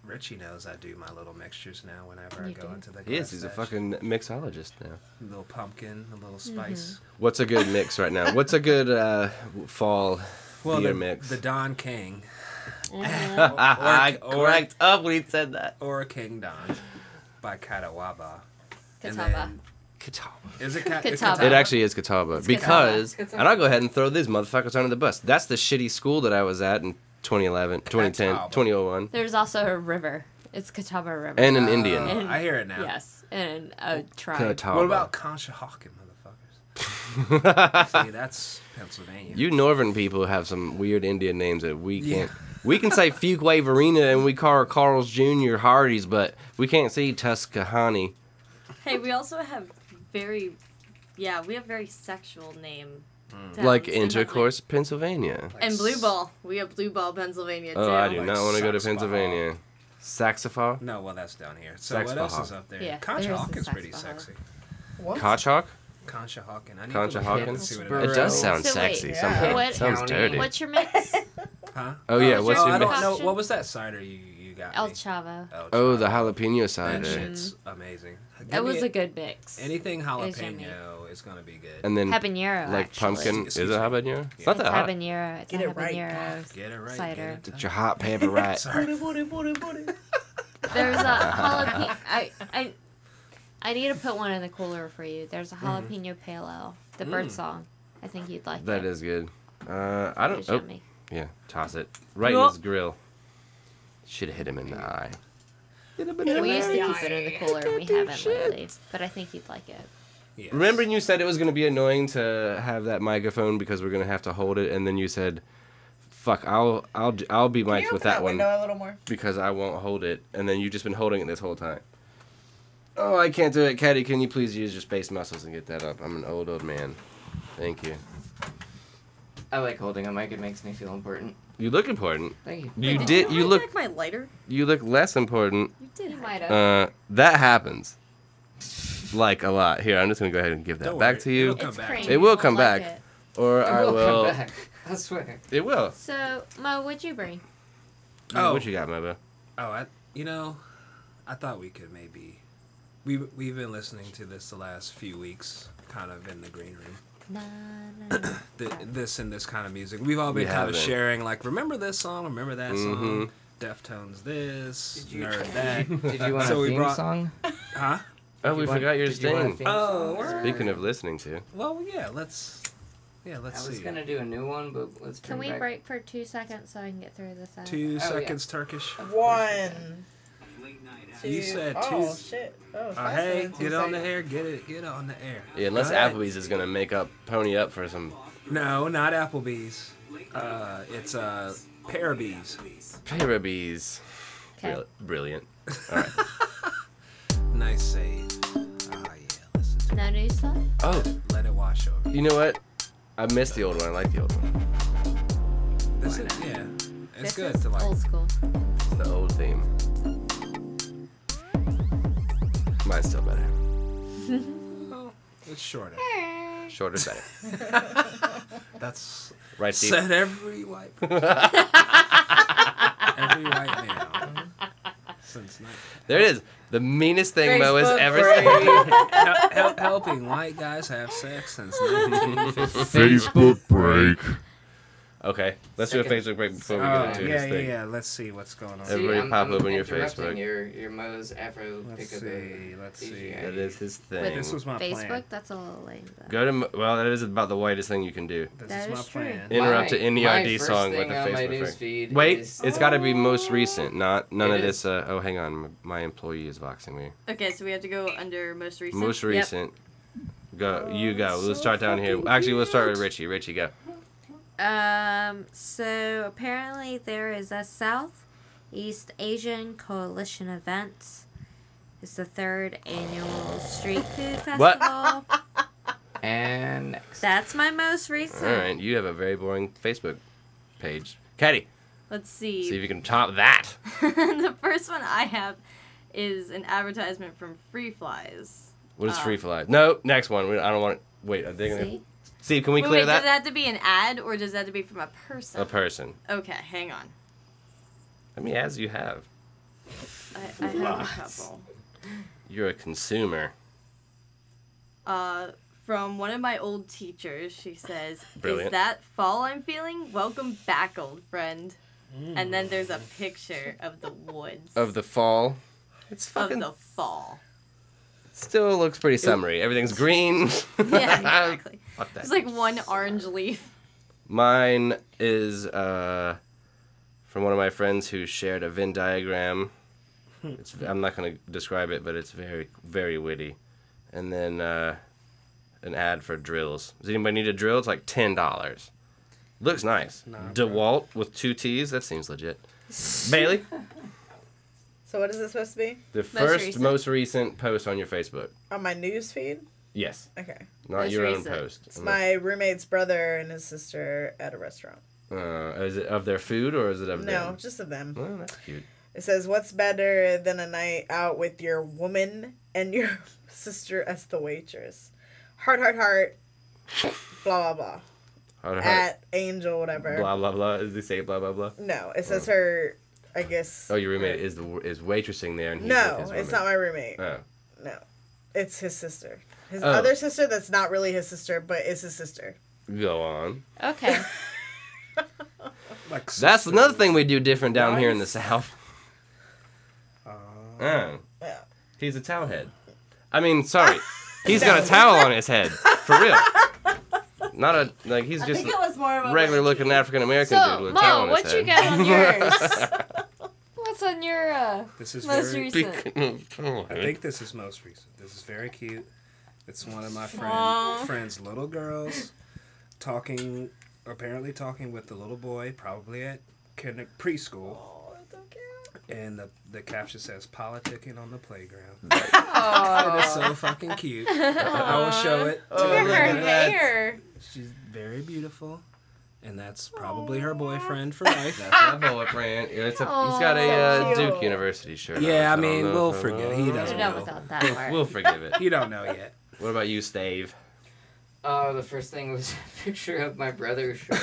Richie knows I do my little mixtures now. Whenever I You go do? into the He is. glass He's a batch. fucking mixologist now. little pumpkin, a little Mm-hmm. spice. What's a good mix right now? What's a good uh, w- fall Well, beer the, mix? the Don King [LAUGHS] Mm-hmm. [LAUGHS] I [LAUGHS] or- cracked up when he said that. or King Don by Katawaba. And Catawba. then- Is it Ka- it's Catawba. It actually is Catawba because, and I'll go ahead and throw these motherfuckers under the bus. That's the shitty school that I was at in 2011, 2010, Catawba. 2001, There's also a river. It's Catawba River. and an Uh, Indian. I hear it now. yes, and a tribe. Catawba. What about Conshohocken, [LAUGHS] motherfuckers? See, that's Pennsylvania. You northern people have some weird Indian names that we Yeah. can't. We can say Fuquay Varina and we call her Carl's Jr. Hardy's, but we can't see Tuscahoney. Hey, we also have very, yeah, we have very sexual name. towns like in Pennsylvania. Intercourse, Pennsylvania. Like And Blue s- Ball. We have Blue Ball, Pennsylvania, too. Oh, I do Like not want to go to Saxbaha. Pennsylvania. Saxophone? No, well, that's down here. So what else Saxbaha. is up there? Yeah, there is Conshohocken's a pretty Saxbaha. sexy. What? Cochock? Conshohocken. I need to look it up Conshohocken? and see what It is. does sound So wait, sexy yeah. somehow. what- Sounds dirty. What's [LAUGHS] your mix? Huh? oh, yeah, what's what's oh, your I your don't mix? mix? know. What was that cider you, you got El me? Chavo. El Oh, Chavo. the jalapeno That cider. shit's amazing. That Give me was a good mix. Anything was yummy. jalapeno is gonna be good. And then, habanero. like, actually. pumpkin. Is Excuse it me. habanero? It's Yeah. not It's that hot. habanero. It's Get a it right, habanero. get it right. cider. Get it Get tight. your hot pepper right. Sorry. Booty, booty, booty, booty. [LAUGHS] There's a jalapeno. I, I, I need to put one in the cooler for you. There's a jalapeno pale ale, the bird song. I think you'd like Mm-hmm. Mm. That is good. Uh, I don't. It's Oh, yummy. yeah. Toss it right in Yup. his grill. Should have hit him in the eye. We used to keep it in the cooler, and we haven't lately. But I think you'd like it. Yes. Remember, you said it was going to be annoying to have that microphone because we're going to have to hold it, and then you said, "Fuck, I'll, I'll, I'll be Can you mic'd open with that one window a little more? because I won't hold it," and then you've just been holding it this whole time. Oh, I can't do it, Caddy. Can you please use your space muscles and get that up? I'm an old, old man. Thank you. I like holding a mic. It makes me feel important. You look important. Thank you. You Did did. You hijack look. my lighter? You look less important You did. might have. Uh, that happens. Like a lot. Here, I'm just gonna go ahead and give that Don't back worry, to you. it'll come It's back. creamy. It will I come back. like it. Or I will will. come back. [LAUGHS] I swear. It will. So, Mo, what'd you bring? Oh. What you got, Mobo? Oh, I, you know, I thought we could maybe we we've been listening to this the last few weeks, kind of in the green room. Na, na, na. Th this and this kind of music. We've all been We kind have of been. sharing, like, remember this song, remember that song, Mm-hmm. Deftones this, Did you- Nerd that, Did you want So a we theme brought- song? huh? Oh, Did we you want- forgot your did you want a thing. theme song? Oh, Speaking of listening to, Well, yeah, let's, yeah, let's I was see. gonna do a new one, but let's. Can bring we back- break for two seconds so I can get through this? ad? Two Oh, yeah. seconds Turkish. One. Late night after. Two. You said Oh, two- shit. Oh, Uh, five hey, seconds. get on the air, get it, get on the air. yeah, unless Go ahead. Applebee's is gonna make up, pony up for some No, not Applebee's. Uh, it's uh, Parabees. Parabees. 'Kay. Brill- Brilliant. Nice save. Ah, yeah, listen to No new stuff? Oh, it. Let it wash over. [LAUGHS] you. you know what? I missed the old one. I like the old one. This is, yeah, it's This good is to like. old school. It's the old theme. Mine's still better. Well, oh, it's shorter. Shorter, better. That's Right, Steve? said [LAUGHS] every white person. every white man since night. There it is. The meanest thing Mo has Facebook ever seen. Hel- hel- helping white guys have [LAUGHS] sex since [LAUGHS] 1950. Facebook break. Okay, let's do a Second- Facebook break before we Oh, get yeah, into yeah, this thing. yeah. Let's see what's going on. See, Everybody I'm- pop I'm open your interrupting Facebook. Your your Moe's Afro Let's pick of see. the Let's see. CGI. That is his thing. This was my Facebook? plan. That's a little lame, though. Go to Mo- well, that is about the whitest thing you can do. This That is my is true. plan. Interrupt My- an my NERD first song thing with a on my Facebook news break. feed Wait, is- it's got to be most Oh. recent, not none It of is. this. Uh, oh, hang on, m- my employee is boxing me. Okay, so we have to go under most recent. Most recent. Go, you go. Oh, let's so start down here. fucking Actually, let's start with cute. Richie. Richie, go. Um, so apparently there is a South East Asian Coalition event. It's the third annual street food festival. What? And next. That's my most recent. All right, you have a very boring Facebook page. Katie, Let's see. see if you can top that. [LAUGHS] the first one I have is an advertisement from Free Flies. What is Uh, free fly? No, next one. We- I don't want. to Wait, are they gonna? See? Steve, can we Wait, clear wait, that? does that have to be an ad or does that have to be from a person? A person. Okay, hang on. I mean, as you have, I, I have a couple. you're a consumer. Uh, from one of my old teachers, she says, Brilliant. "Is that fall I'm feeling? Welcome back, old friend." And then there's a picture of the woods Of the fall. It's of fucking the [LAUGHS] fall. [LAUGHS] still looks pretty summery. Everything's green. Yeah, exactly. Fuck that. There's like one orange [LAUGHS] leaf. Mine is uh, from one of my friends who shared a Venn diagram. It's, I'm not going to describe it, but it's very, very witty. And then uh, an ad for drills. Does anybody need a drill? It's like $10. Looks nice. DeWalt with two T's. That seems legit. Bailey, So what is it supposed to be? the first recent. most recent post on your Facebook. On my news feed? Yes, Okay. not Most your recent. own post. It's my roommate's brother and his sister at a restaurant. Uh, is it of their food or is it of No, them? just of them. Well, that's cute. It says, "What's better than a night out with your woman and your [LAUGHS] sister as the waitress?" Heart, heart, heart. Blah blah blah. Heart, heart. At Angel, whatever. Oh, blah blah blah. Does he say blah blah blah? No, it says her. I guess. Oh, your roommate is the is waitressing there, and he's no, with his it's not woman. my roommate. Oh, No, it's his sister. His Oh. other sister that's not really his sister, but is his sister. go on. Okay. Like That's sister- another thing we do different down here in the south. Uh, Oh, Yeah. he's a towel head. I mean, [LAUGHS] sorry, he's got a towel on his head for real. Not a like he's just a was more of regular looking African American dude so, with a towel Mo, on what his you head. [LAUGHS] got on yours? What's on your uh, this is most very. recent? Towel I head. think this is most recent. This is very cute. It's one of my friend, Aw. friend's little girls talking, apparently talking with the little boy, probably at kinder, preschool. Oh, And the, the caption says politicking on the playground. and it's so fucking [LAUGHS] cute. I will show it. To Look at the her little- hair. She's very beautiful. And that's probably her boyfriend for life. That's my boyfriend. It's a, he's got a uh, Duke University shirt. on, so yeah, I don't mean, know if we'll I- forget. He Could doesn't have done know. without that part. [LAUGHS] We'll forgive it. He don't know yet. What about you, Stave? Oh, [LAUGHS] [LAUGHS] Uh, the first thing was a picture of my brother short.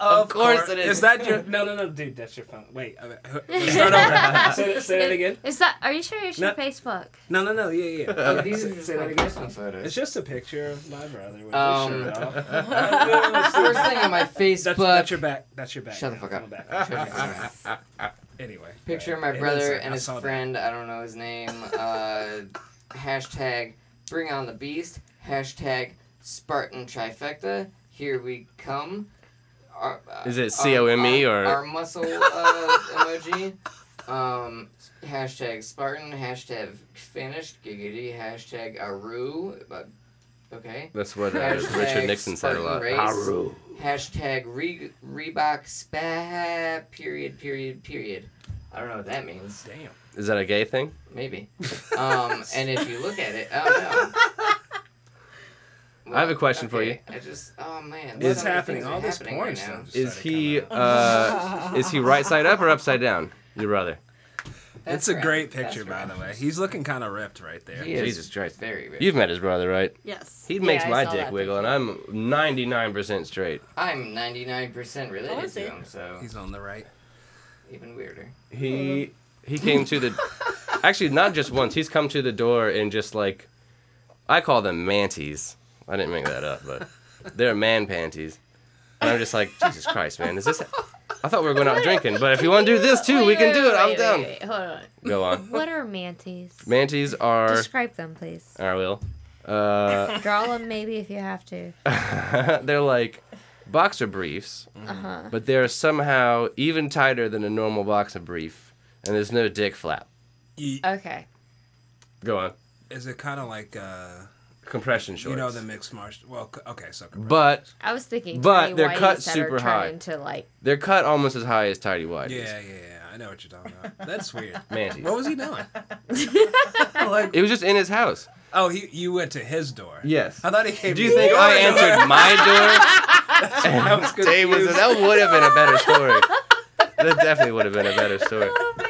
Of course it is. Is that your? [LAUGHS] No, no, no, dude, that's your phone. Wait, I mean, [LAUGHS] start [LAUGHS] over. [LAUGHS] say, that- say that again. Is that? Are you sure it's your No. Facebook? No, no, no. Yeah, yeah. Oh, these are Say- just say that my again. personal It's photos. just a picture of my brother with Um, [LAUGHS] his shirt off. First thing on my Facebook. That's, that's your back. That's your back. Shut the now. fuck Come up. back. Shut your fucking [LAUGHS] anyway. Picture of It my is brother that. and I his saw that. friend. I don't know his name. Uh, [LAUGHS] hashtag bring on the beast. Hashtag Spartan trifecta. Here we come. Our, uh, Is it our- COME our- E or- our muscle uh, [LAUGHS] emoji? Um, hashtag Spartan. Hashtag finished. Giggity. Hashtag Aru. But okay. That's what uh, Richard Hashtag Nixon said a lot. Spartan race. Haru. Hashtag Re- Reebok spa. Period. Period. Period. I don't know what that means. Damn. Is that a gay thing? Maybe. Um, and if you look at it, oh no. I have a [LAUGHS] question for you. for you. I just, oh man. What's so many happening? things are All this happening porn right now. stuff. Is he uh, is he right side up or upside down? Your brother. That's It's a right. great That's picture, by right. the way. He's looking kind of ripped right there. He is Jesus Christ. Very rich. You've met his brother, right? Yes. He makes I my saw dick that wiggle, and I'm 99% straight. I'm 99% Oh, I related see. to him, so He's on the right. even weirder. He Mm-hmm. he came to [LAUGHS] the, actually not just once. He's come to the door and just like, I call them manties. I didn't make that up, but they're man panties. And I'm just like, Jesus Christ, man, is this? I thought we were going out drinking, but if you want to do this too, we Wait, can wait, do wait, it. I'm wait, down. wait, wait, hold on. Go on. What are manties? Manties are. Describe them, [LAUGHS] please. I will. Uh, Draw them maybe if you have to. they're like boxer briefs, Uh-huh. but they're somehow even tighter than a normal boxer brief, and there's no dick flap. Ye- Okay. Go on. Is it kind of like uh, Compression shorts. you know the mixed martial? Well, c- okay, so but I was thinking But tiny they're whities cut that super are high. trying to like they're cut almost as high as tidy whities. yeah, yeah, yeah. I know what you're talking about. That's weird. Manties. What was he doing? like, It was just in his house. oh, he you went to his door. Yes. I thought he came. Do to you think your I door. answered [LAUGHS] my I was door? Dave was- confused. that would have been a better story. That definitely would have been a better story. Oh my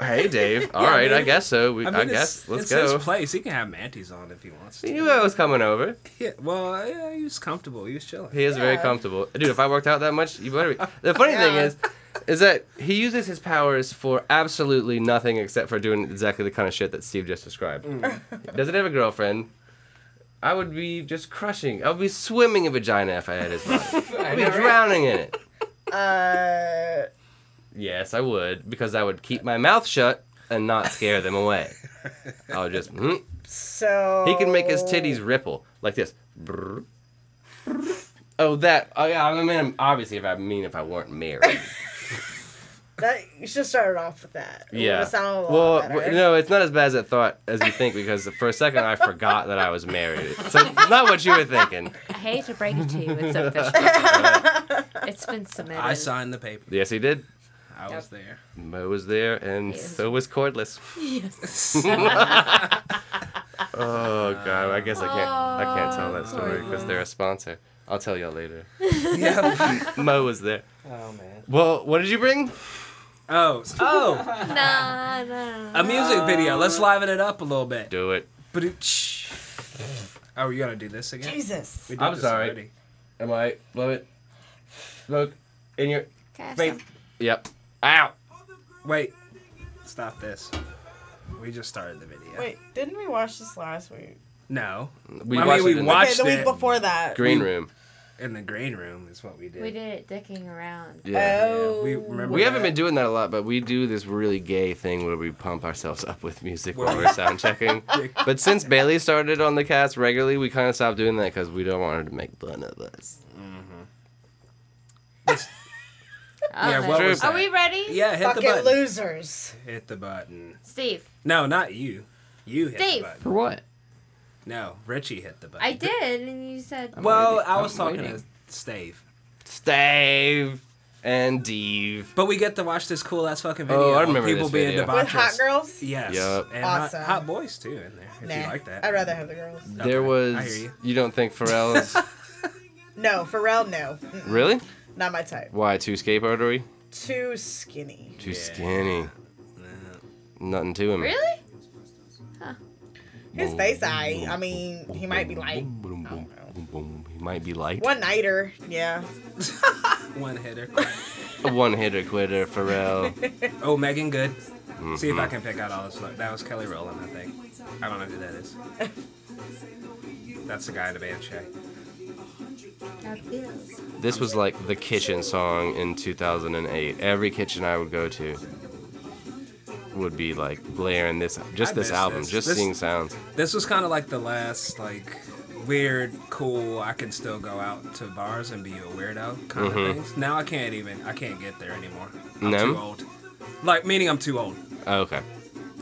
Hey, Dave. All Yeah, right, man. I guess so. We, I, mean, guess. it's, Let's it's go. his place. He can have manties on if he wants he to. knew I was coming over. Yeah, well, yeah, he was comfortable. He was chilling. He is very Yeah. comfortable, dude. If I worked out that much, you better. Be. The funny thing Yeah. is, is that he uses his powers for absolutely nothing except for doing exactly the kind of shit that Steve just described. Mm. Doesn't have a girlfriend. I would be just crushing. I would be swimming in vagina if I had his body. [LAUGHS] I I'd be know, right? drowning in it. Uh, Yes, I would because I would keep my mouth shut and not scare them away. I would just. "Hmm." so He can make his titties ripple like this. Brrr. Oh, that. Oh, yeah, I mean, obviously, if I mean if I weren't married. That you should start off with that. It Yeah. would've sounded a lot well, better. w- no, it's not as bad as I thought as you think because for a second I forgot that I was married. So not what you were thinking. god. I hate to break it to you. [LAUGHS] It's official. it's been submitted. I signed the paper. Yes, he did. I was there. Mo was there, and Yes. so was cordless. Yes. [LAUGHS] Oh god, I guess I can't. I can't tell that story Oh. because Cordless. they're a sponsor. I'll tell y'all later. yeah. Mo was there. Oh man. Well, what did you bring? Oh, s- oh, Nah, nah. a music video. Let's liven it up a little bit. Do it. But it, oh, you gotta do this again. Jesus. We did I'm this sorry. already. Am I blow it? Look in your Guys, face. Yep. Ow. Wait, stop this. We just started the video. Wait, didn't we watch this last week? No, We I mean, watched we it in watched- Okay, the week it. before that. the green room. in the green room is what we did. We did it dicking around. Yeah. Yeah, we Oh. remember. We haven't that? been doing that a lot, but we do this really gay thing where we pump ourselves up with music Where while we- we're sound [LAUGHS] checking. But since Bailey started on the cast regularly, we kind of stopped doing that because we don't want her to make fun of us. [LAUGHS] Oh, Yeah, no. what True. was Are that? we ready? Yeah, hit the Fucking button. losers. Hit the button. Steve, No, not you. You hit Dave. the button. For what? No, Richie hit the button. I did, and you said Well, waiting. I was I'm talking waiting. to Stave. Stave and Dave. But we get to watch this cool ass fucking Oh, video. I of remember people this being video. With debaucherous. hot girls? Yes. Yup. And hot, Awesome. hot boys too in there. If you Nah, like that. I'd rather have the girls. Okay, There was. I hear you. don't think [LAUGHS] Pharrell's. No, Pharrell, no. Mm, really? Not my type. Why? Too skateboardery? Too skinny. Too Yeah. skinny. Nah. Nothing to him. really. His face, I, I mean, he might be like, Boom, boom, boom, boom, boom. He might be liked. One nighter, yeah. One hitter. One hitter quitter, Pharrell. Oh, Megan Good. See Mm-hmm. if I can pick out all this. That was Kelly Rowland, I think. I don't know who that is. That's the guy in the band Shay. This was like the kitchen song in 2008. Every kitchen I would go to would be like blaring this, just I this miss album, this. just This- seeing sounds. This was kind of like the last like weird, cool. I can still go out to bars and be a weirdo kind of things. Now I can't even. I can't get there anymore. I'm Mm-hmm. No? too old. Like meaning I'm too old. Oh, Okay,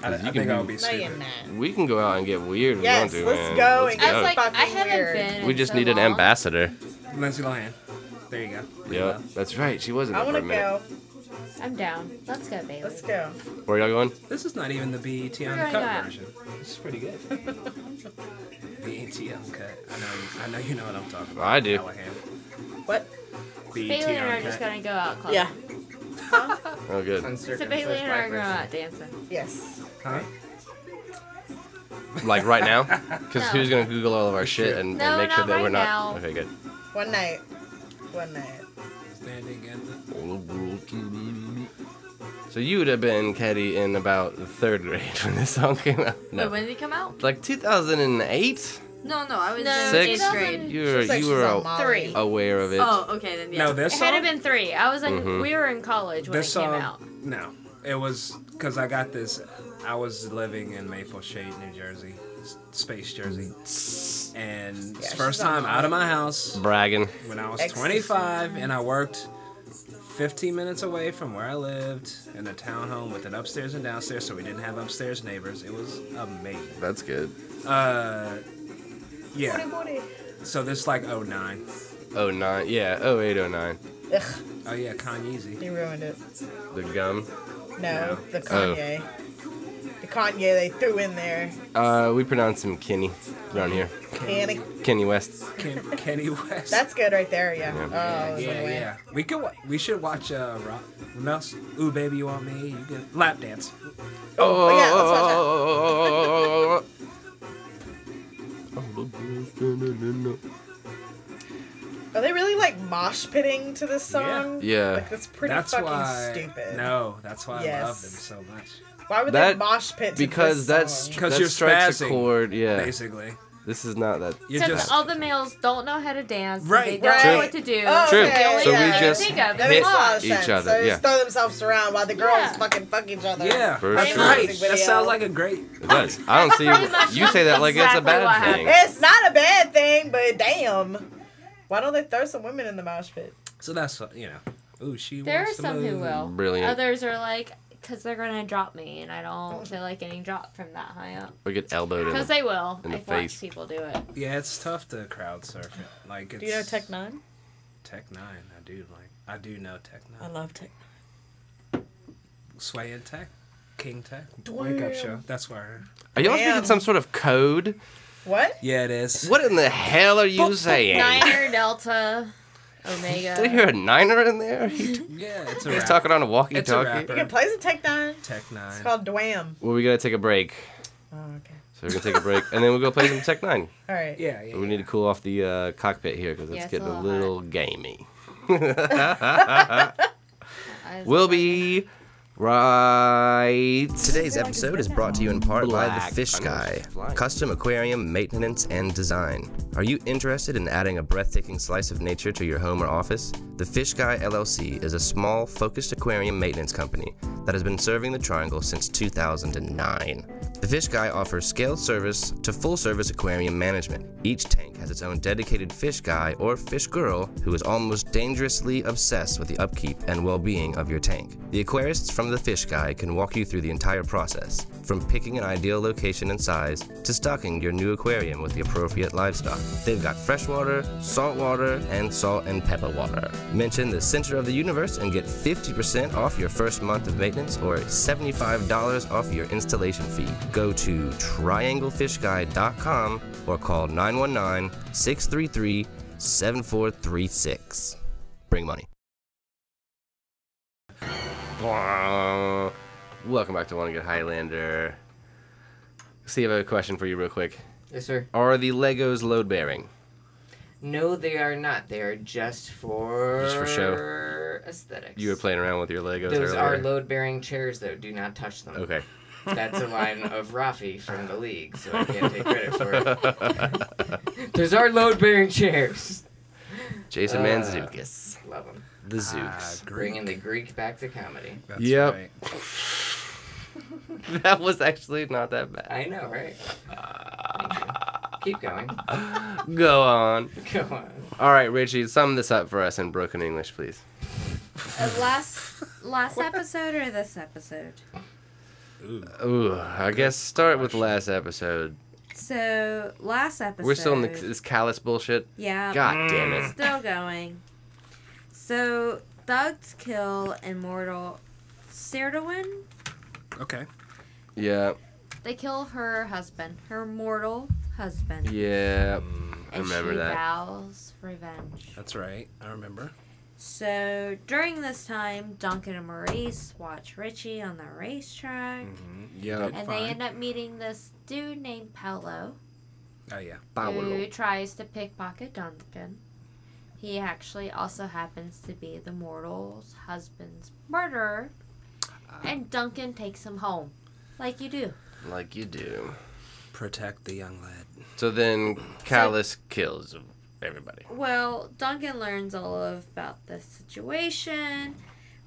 I, I can think be- I'll be No, you're stupid. not. we can go out and get weird. if Yes, we want to, let's man. go Let's and I get go. was like, I fucking haven't weird. been. in we just so need an long. ambassador. Lindsay Lohan. There you go. Yeah, that's right. She wasn't I there want for a to minute. go. I'm down. Let's go, Bailey. Let's go. Where y'all going? This is not even the BET Where are you uncut at? version. E This is pretty [LAUGHS] good. BET uncut. I know. I know you know what I'm talking about. I do. Callahan. What? BET Bailey and I are just uncut. gonna go out clubbing. Yeah. Oh, good. So Bailey and I are going out dancing. Yes. Huh? [LAUGHS] Like right [LAUGHS] now? Because No. who's gonna Google all of our shit and, No, and make sure not that we're right not? now. Okay, good. One night. One night. Standing in the- So you would have been Caddy in about the third grade when this song came out. Wait, No, when did it come out? like 2008. No, no, I was No, in Six. eighth grade. You were She's like you she's were on a- Molly. Three. aware of it. Oh, okay then. Yeah. No, this It song. had to been three. I was in. Mhm. We were in college when this it song. came out. No, it was because I got this. I was living in Maple Shade, New Jersey, s- Space Jersey, and Yeah, first she's on time out of my house Bragging. when I was Ecstasy. 25, and I worked 15 minutes away from where I lived in a townhome with an upstairs and downstairs, so we didn't have upstairs neighbors. It was amazing. That's good. Uh, yeah. So this like 09. Oh nine. Yeah. Oh eight. Oh nine. Ugh, Oh yeah, Kanyeezy. you ruined it. The gum. No, No. the Oh. Kanye. The Kanye they threw in there. Uh, we pronounce him Kenny around here. Kenny. Kenny West. Ken- [LAUGHS] Kenny West. That's good right there, yeah. Yeah. Oh, yeah, no way. yeah. We could. wa- We should watch uh, rock. No, ooh, baby, you want me? You can lap dance. Oh, oh, yeah, let's watch that. oh, oh, oh, oh, oh, Are they really like mosh pitting to this Yeah. song? Yeah. Like that's pretty that's fucking why. stupid. No, that's why I love Yes. them so much. Why would That- they mosh pit to Because this that's song? Because that you're strikes a spazzing, chord. Yeah. Basically, This is not that. you're Because just all the males don't know how to dance. and They Right, don't right. know what to do. Oh, True. okay, So yeah. we just Think that of hit makes a lot of each sense. other, So they yeah. just throw themselves around while the girls Yeah. fucking fuck each other. yeah. For that's sure. right. Music That video. sounds like a great. It does. I don't see. Pretty much You say that like it's a exactly what bad happened. thing. It's not a bad thing, but damn. Why don't they throw some women in the mosh pit? So that's uh, you know. Ooh, she. There are wants to some who move. will. Brilliant. Others are like, because they're gonna drop me, and I don't feel like getting dropped from that high up. We get elbowed in. Because the- they will. in the I've face. watched people do it. Yeah, it's tough to crowd surf it. Like, it's, Do you know Tech Nine? Tech Nine. I do like. I do know Tech I Nine. love Tech Sway and Tech, King Tech, Wake Up Show. That's where. Are y'all Damn. speaking some sort of code? What? Yeah, it is. What in the hell are you saying? Niner, Delta, [LAUGHS] Did I Omega. hear a niner in there? He's Yeah, it's a. Rap. talking on a It's a walkie-talkie. rapper. You can play some Tech Nine. Tech It's Nine. called Dwam. Well, we gotta take a break. Oh, okay. So we're gonna take a break, and then we'll go play some Tech Nine. All right. yeah, yeah. We need to cool off the uh, cockpit here because it's Yeah, it's a getting a little little [LAUGHS] gamey. I was We'll like- be right. Today's episode is brought to you in part by The Black Fish Guy, Unders Flying. custom aquarium maintenance and design. Are you interested in adding a breathtaking slice of nature to your home or office? The Fish Guy LLC is a small, focused aquarium maintenance company that has been serving the Triangle since 2009. The Fish Guy offers scaled service to full service aquarium management. Each tank has its own dedicated fish guy or fish girl who is almost dangerously obsessed with the upkeep and well being of your tank. The aquarists from The Fish Guy can walk you through the entire process, from picking an ideal location and size to stocking your new aquarium with the appropriate livestock. They've got freshwater, saltwater, and salt and pepper water. Mention the Center of the Universe and get 50% off your first month of maintenance or $75 off your installation fee. Go to trianglefishguy.com or call 919 633 7436. Bring money. Blah. Welcome back to One Good Highlander. See, I have a question for you, real quick. Yes, sir. Are the Legos load bearing? No, they are not. They are just for Just for show. aesthetics. You were playing around with your Legos Those earlier. are load-bearing chairs, though. Do not touch them. [LAUGHS] okay. [LAUGHS] That's a line of Rafi from the league, so I can't take credit for [LAUGHS] it. Those are load-bearing chairs. Jason Uh, Manzukis. Love them. The Zooks. Bringing the Greek back to comedy. That's Yep. right. that was actually not that bad. I know, right? Thank you. Keep going. Go on. Go on. All right, Richie, sum this up for us in broken English, please. Uh, last [LAUGHS] last episode or this episode? Ooh, I guess start with last episode. So last episode. We're still in the, this callous bullshit. yeah. God damn [LAUGHS] it. Still going. So thugs kill immortal Serdowin. Okay. Yeah, They kill her husband, her mortal husband. yeah. I remember and she that. vows revenge. That's right. I remember. So during this time, Duncan and Maurice watch Richie on the racetrack, Mm-hmm, Yeah. and fine. they end up meeting this dude named Paolo, Oh yeah. who tries to pickpocket Duncan. He actually also happens to be the mortal's husband's murderer, and Duncan takes him home, like you do. Like you do. Protect the young lad. So then Callus kills everybody. Well, Duncan learns all of about this situation.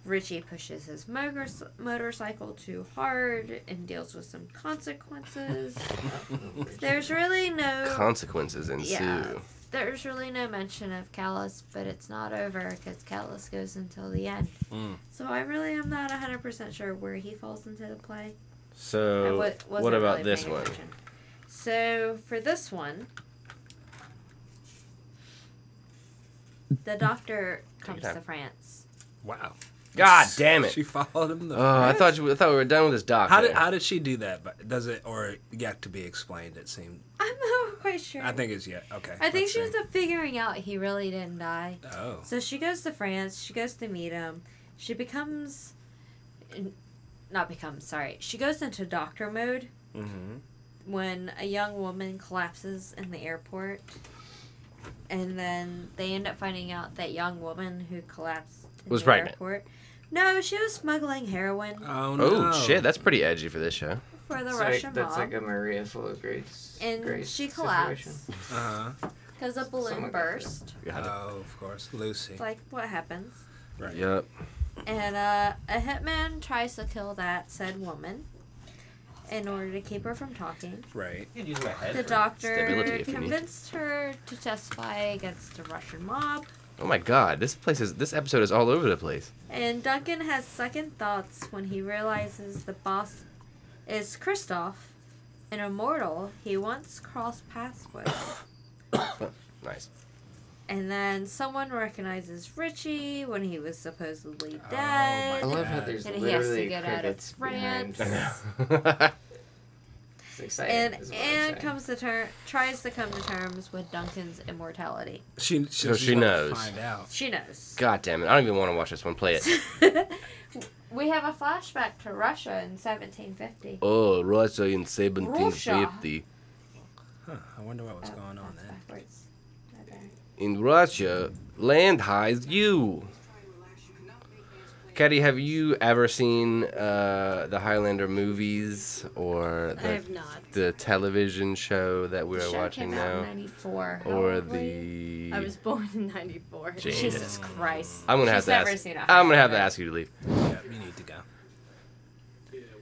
Richie pushes his motor- motorcycle too hard and deals with some consequences. there's really no Consequences ensue. Oh. Yeah. there's really no mention of Callus, but it's not over because Callus goes until the end. Hmm. So I really am not 100% sure where he falls into the play. I So wa- wasn't what about really this paying one? attention. So for this one, [LAUGHS] the doctor comes your to time. France. Wow. God damn it. She followed him. The Oh, I thought you, I thought we were done with this doctor. How did how did she do that? But does it or yet to be explained? It seemed. I'm not quite sure. I think it's yet. Okay. I think let's she see. ends up figuring out he really didn't die. Oh. So she goes to France. She goes to meet him. She becomes, n- not becomes. Sorry, she goes into doctor mode Mm-hmm. when a young woman collapses in the airport. And then they end up finding out that young woman who collapsed in Was the pregnant. airport. No, she was smuggling heroin Oh no. Oh shit, that's pretty edgy for this show. for the It's like- Russian Uh, that's mob. like a Maria full of grace. and grace she situation. collapsed Uh because a Someone balloon got hit. burst. huh. God. Oh, of course, Lucy. It's like what happens. Right. Yep. And uh, a hitman tries to kill that said woman in order to keep her from talking. Right. The stability doctor if you need. convinced her to testify against the Russian mob. Oh my god, this place is this episode is all over the place. And Duncan has second thoughts when he realizes the boss is Kristoff, an immortal he once crossed paths with. Nice. [LAUGHS] And then someone recognizes Richie when he was supposedly my dead. I love how Yeah. there's And he has to literally get out of crickets behind. France. [LAUGHS] It's exciting. and is what I'm Anne saying. comes to ter- tries to come to terms with Duncan's immortality. She. she So she knows. Find out. She knows. god damn it, I don't even want to watch this one. Play it. [LAUGHS] we have a flashback to Russia in 1750. Oh, Russia in 1750. Huh. I wonder what was going on That's then. backwards. Okay. In Russia, land hides you. Katie, have you ever seen uh, the Highlander movies or I the, have not. the television show that we The are show watching came out now? in Oh, 94. How Or old were you? the. I was born in '94. Jeez. Jesus Christ. I'm gonna She's have to never ask. seen a I'm gonna have to Highlander. ask you to leave. Yeah, you need to go.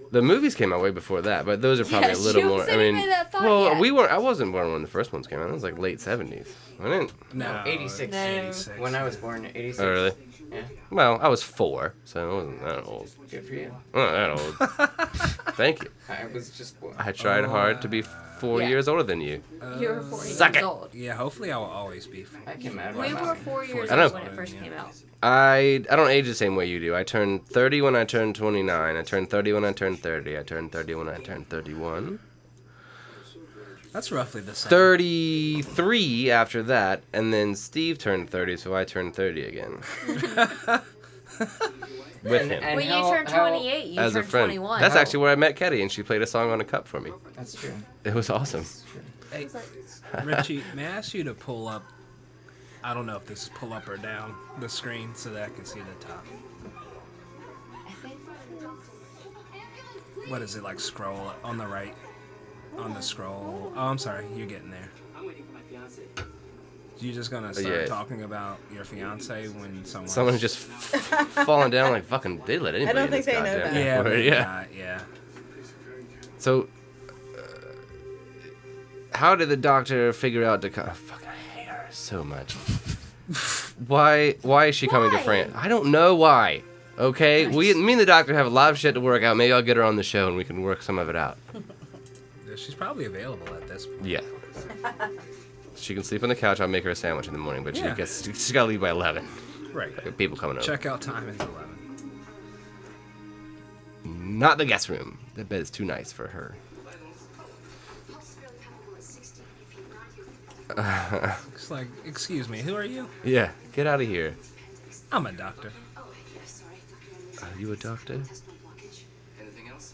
The movies came out way before that, but those are probably Yeah, a little she more. I wasn't even mean, that thought well, yet. we were. I wasn't born when the first ones came out. It was like late '70s. I didn't. No, 86. No. When I was born, 86. Oh, really? Yeah. Well, I was four, so I wasn't that old. Good for you. Not that old. [LAUGHS] Thank you. I was just born. I tried hard to be four Yeah. years older than you. You were four years Suck it. old. Yeah, hopefully I will always be. f- I came out of my We were mom. four years I old don't- when it first Yeah. came out. I I don't age the same way you do. I turned 30 when I turned 29. I turned 30 when I turned 30. I turned 30 when I turned 31. That's roughly the same. 33 after that, and then Steve turned 30, so I turned 30 [LAUGHS] again. With him. When how- you turned how- 28, you As a turned friend. 21. That's actually where I met Ketty, and she played a song on a cup for me. That's true. It was awesome. Hey, Richie, may I ask you to pull up I don't know if this is pull up or down the screen so that I can see the top. I think this What is it like? Scroll on the right, on the scroll. Oh, I'm sorry, you're getting there. I'm waiting for my fiance. You're just gonna start Oh, yeah. talking about your fiance when someone. Someone's just [LAUGHS] f- falling down like fucking. They let anybody. don't in think this they know goddamn that. [LAUGHS] [LAUGHS] Yeah, word, but yeah. not, yeah. So, uh, how did the doctor figure out to come? Fuck, I hate her so [LAUGHS] much. why? Why is she coming to Why? France? I don't know why. Okay, we, me and the doctor have a lot of shit to work out. Maybe I'll get her on the show and we can work some of it [LAUGHS] out. Yeah, She's probably available at this point. Yeah. She can sleep on the couch. I'll make her a sandwich in the morning, but she Yeah. gets she's gotta leave by eleven. Right. People coming over. Checkout time is 11. Not the guest room. That bed's too nice for her. [LAUGHS] It's like, excuse me, who are you? Yeah, get out of here. I'm a doctor. Are you a doctor? Anything else?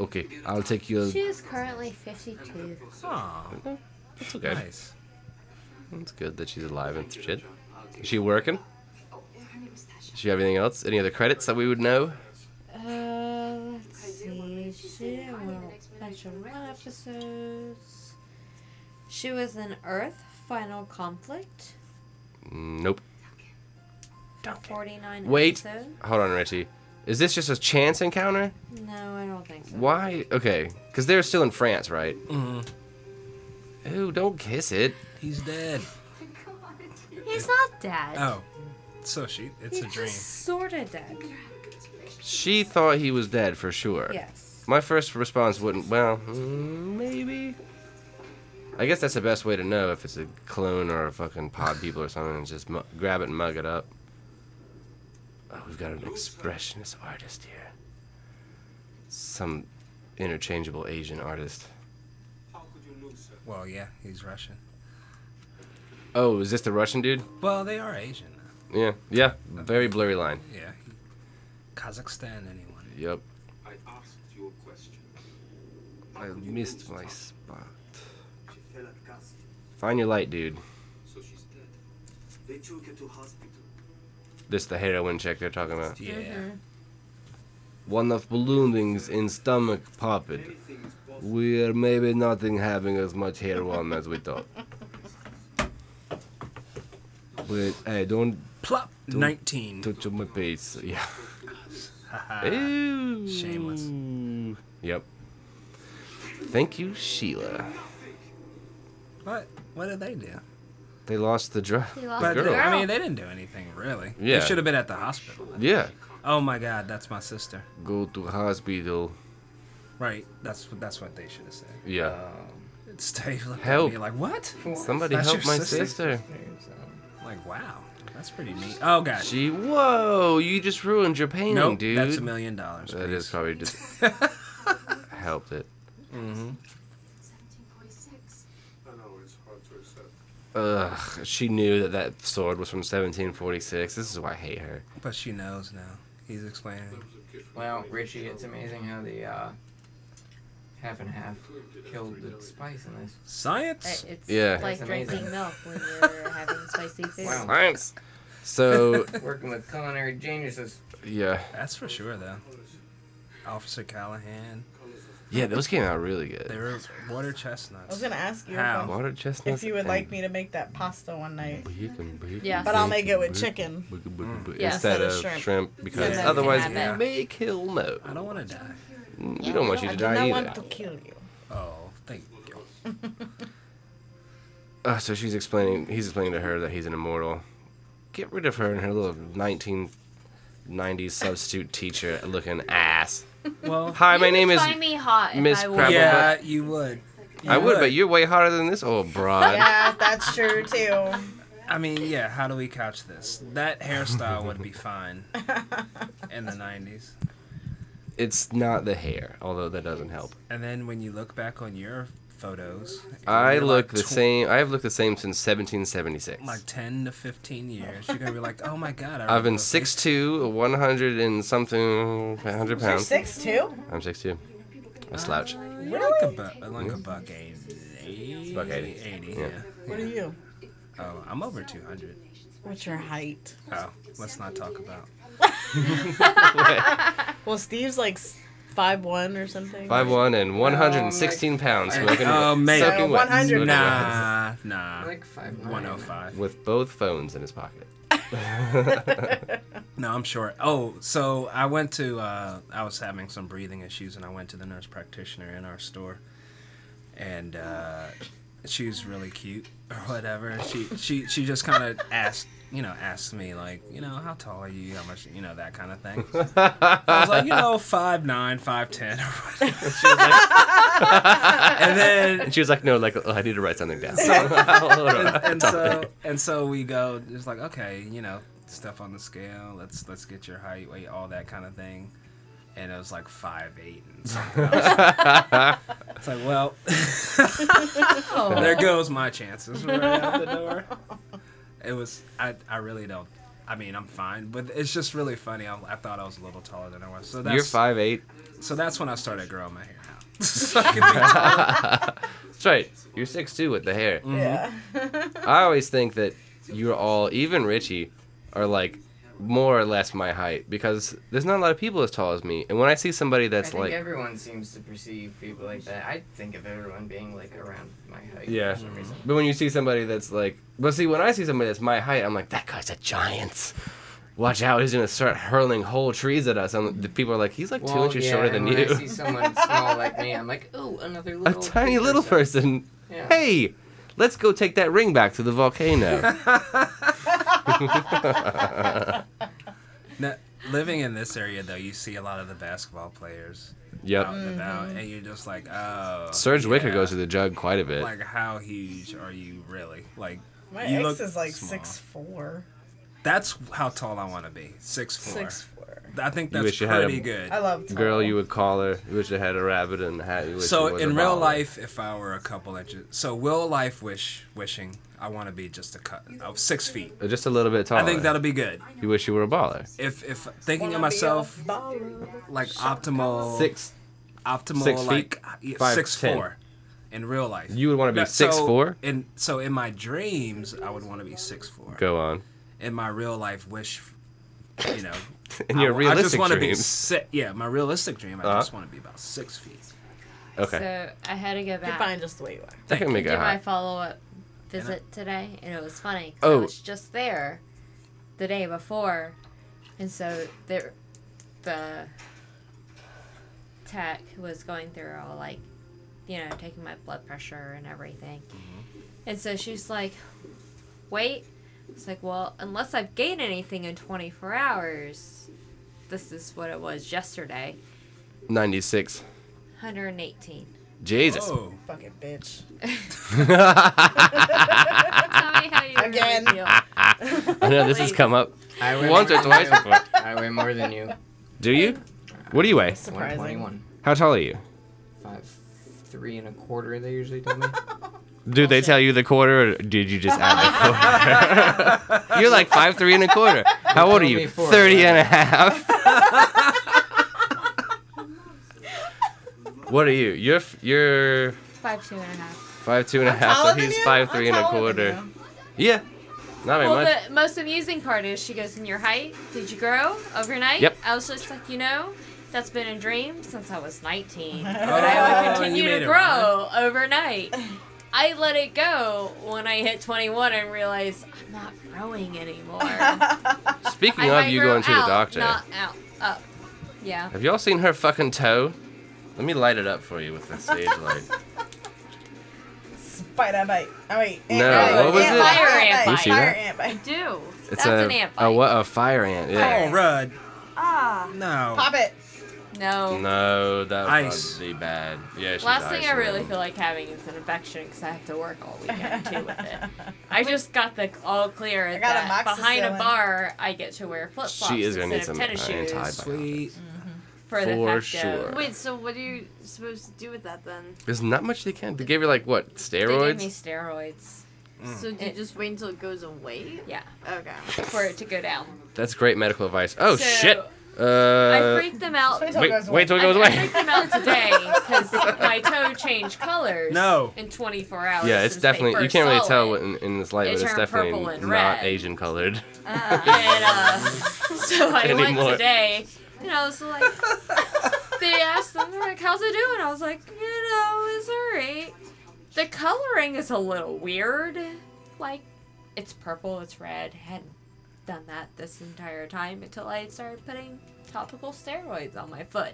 Okay, I'll take your. She is currently 52. Oh, It's okay. nice. It's good that she's alive and shit. Is she working? Does she have anything else? Any other credits that we would know? Uh, let's see. She did a bunch of run episodes. She was in Earth Final Conflict. Mm, Nope. 49 Wait. episodes. Hold on, Richie. Is this just a chance encounter? No, I don't think so. Why? Okay, because they're still in France, right? Mhm. Ooh, don't kiss it. He's dead. He's not dead. Oh, so she, it's a dream. Sort of dead. She thought he was dead for sure. Yes. My first response wouldn't. Well, mm, maybe. I guess that's the best way to know if it's a clone or a fucking pod people or something. Is just mu- grab it and mug it up. Oh, we've got an expressionist artist here. Some interchangeable Asian artist. How could you lose, sir? Well, yeah, he's Russian. Oh, is this the Russian dude? Well, they are Asian. Yeah, yeah. Very blurry line. Yeah. he- Kazakhstan, anyone. Yep. I asked you a question. I missed my spot. She fell at gas, Find your light, dude. so she's dead. They took her to hospital. This the heroin check they're talking Mm-hmm. about. Yeah. One of balloonings in stomach popped. Anything is possible. We're maybe not in having as much hair on as we thought. But hey, don't Plop. 19. touch on my face. Yeah. Haha. Ew. Ah, shameless. Yep. Thank you, Sheila. what? What did they do? They lost the drug. They lost But girl. I mean, they didn't do anything really. Yeah. They should have been at the hospital. Yeah. Oh my God, that's my sister. Go to hospital. Right. That's that's what they should have said. Yeah. Steve looked Help. at me like, what? Somebody That's help your my sister? sister. Like, wow, that's pretty neat. Oh God. She. Whoa! You just ruined your painting, nope, dude. that's a million dollars. That is please. probably just [LAUGHS] helped it. I know it's hard to accept. Ugh, she knew that that sword was from 1746. This is why I hate her. But she knows now. He's explaining. Well, Richie, it's amazing how the uh, half and half killed the spice in this. Science. It's Yeah. like That's drinking amazing. milk when [LAUGHS] you're having spicy food. Wow. Thanks. [LAUGHS] So, Working with culinary geniuses. yeah. That's for sure, though. Officer Callahan. Yeah, those came out really They good. were water I was chestnuts. gonna ask you How? if, I'm- Water chestnuts. if you would like me to make that pasta one night. Yes. But I'll make it with chicken. Mm. Yeah, Instead instead of of shrimp, shrimp. because Yeah. otherwise you Yeah. may kill no. I don't want to die. We don't want you I to do not die want either. to kill you. Oh, thank you. Uh, so she's explaining. He's explaining to her that he's an immortal. Get rid of her and her little 1990s substitute teacher looking ass. Well, Hi, my You name would is. find me hot if Miss I Crab- would. yeah, you would. You I would, but you're way hotter than this old broad. Yeah, that's true too. I mean, yeah. How do we couch this? [LAUGHS] That hairstyle would be fine in the '90s. It's not the hair, although that doesn't help. And then when you look back on your photos, I you're look like the tw- same. I have looked the same since 1776. Like 10 to 15 years, you're gonna be like, oh my god, I I've been remember these." 6'2", 100 and something, 100 You're pounds. six too. I'm 6'2". a [LAUGHS] slouch. [LAUGHS] We're like a buck, like a buck eighty. Buck eighty. Eighty. Yeah. Yeah. What are you? Oh, I'm over two hundred. What's your height? Oh, let's not talk about. Well, Steve's like five one or something. Five one and one hundred and sixteen pounds. Smoking, Oh, mate. soaking So wet. 100 Smoking wet. Nah, nah. Like five nine. One oh five. With both phones in his [LAUGHS] pocket. No, I'm sure. Oh, so I went to. Uh, I was having some breathing issues, and I went to the nurse practitioner in our store, and uh, she was really cute or whatever. She she she just kind of asked, you know, asked me like, you know, how tall are you? How much, you know, that kind of thing. I was like, you know, five nine, five ten, or whatever. She was like- [LAUGHS] and then And she was like, "No, like oh, I need to write something [LAUGHS] down." [LAUGHS] and, and so and so we go just like okay you know stuff on the scale let's let's get your height weight all that kind of thing and it was like five eight and something else. it's like well [LAUGHS] there goes my chances right out the door it was i i really don't i mean i'm fine but it's just really funny i, I thought i was a little taller than i was so that's You're five [LAUGHS] eight. so that's when i started growing my hair out [LAUGHS] So I could be taller. Oh. That's right. You're six two with the hair. Yeah. I always think that you're all, even Richie, are like more or less my height because there's not a lot of people as tall as me. And when I see somebody I that's think like, everyone seems to perceive people like that. I think of everyone being like around my height. Yeah. For some reason. but when you see somebody that's like, but see, when I see somebody that's my height, I'm like, that guy's a giant. Watch out, he's gonna start hurling whole trees at us. And the people are like, he's like two Well, inches yeah, shorter than and when I see you, someone small like me, I'm like, oh, [LAUGHS] another a little. tiny little person. Yeah. Hey, let's go take that ring back to the volcano. [LAUGHS] Now, living in this area though you see a lot of the basketball players out yep. and about, Mm-hmm. and you're just like, oh. Serge Wicker Um, yeah. goes to the jug quite a bit. Like, how huge are you really? Like, My you ex look is like small. six four. That's how tall I want to be. Six four. Six four. I think You that's wish you pretty had a- good. I love tall. Girl, you would call her. You wish you had a rabbit and a hat. You wish it uh, So was a in real ball. life, if I were a couple inches, so real life wish wishing I want to be just a cut of six feet. Or just a little bit taller. I think that'll be good. You wish you were a baller. If if thinking of Wanna be a myself baller. like optimal Six. optimal Six feet, like yeah, five, six ten. four in real life. You would wanna be No, 6'4"? And so in my dreams, I would want to be six four. Go on. [LAUGHS] in my real life wish, you know, In [LAUGHS] I- your I just realistic wanna be dreams. si- yeah, my realistic dream. I Uh-huh. just want to be about six feet. okay. So I had to go You're back. fine just the way you are. I can I make did it my hot. follow up visit today, and it was funny. 'cause Oh. I was just there the day before, and so there, the tech was going through all like, you know, taking my blood pressure and everything, and so she's like, "Wait," it's like, "Well, unless I've gained anything in 24 hours, this is what it was yesterday, 96. 118." Jesus. Oh, Fucking bitch. [LAUGHS] Tell me how you really Again. feel. I know this has please. come up I weigh once or more than [LAUGHS] twice you. before. I weigh more than [LAUGHS] you. Do you? What do you weigh? Surprising. 121. How tall are you? Five, three and a quarter. They usually [LAUGHS] tell me. Do they tell you the quarter or did you just add the [LAUGHS] quarter? You're like five three and a [LAUGHS] quarter. How old are told you? me four, 30 and a right? [LAUGHS] half. what are you? You're f- you're Five two and a half. five two and a half, Taller so than he's you? five I'm three and a taller than quarter. Yeah. Not very Well, much. the most amusing part is she goes, "In your height? Did you grow overnight?" Yep. I was just like, you know, that's been a dream since I [LAUGHS] was 19, [LAUGHS] but Oh, I you would continue made to it grow overnight. I let it go when I hit 21 and realized I'm not growing [LAUGHS] anymore. I Speaking of might you grow going to the out, doctor. Not out, up. Yeah. Have y'all seen her fucking toe? Let me light it up for you with the stage light. Spider bite. Oh wait. Ant No, bite. what was Ant it? bite, Fire ant ant bite, bite. You see Fire that? ant bite. Do. It's That's a, an ant bite. A, what, a fire ant, yeah. oh, Rudd. Ah. No. Pop it. No. No, that would Ice. probably be bad. Yeah, she's Last thing I isolated. really feel like having is an infection because I have to work all weekend too with it. I just got the all clear got that amoxicillin. behind a bar I get to wear flip flops She is instead gonna need of some tennis uh, shoes antibiotics. Sweet. for the For fact sure. of Wait, so what are you supposed to do with that then? There's not much they can. They gave her like what they steroids. gave me steroids. Hmm. So do you It- just wait until it goes away? Yeah, Okay. for it to go down. That's great medical advice. Oh So- shit! I Uh, freaked them out. Wait till it Wait- goes away. wait till it I- goes I away. freaked them out [LAUGHS] today because my toe changed colors. No. In 24 hours. yeah, it's since they definitely you first can't really saw tell it. what in, in this light, It but it's turned definitely purple and not red. Asian [LAUGHS] colored. and uh, so I Anymore. went today, and I was like, they asked them, they're like, how's it doing? I was like, you know, it's alright. The coloring is a little weird. Like, it's purple, it's red. Hadn't done that this entire time until I started putting topical steroids on my foot.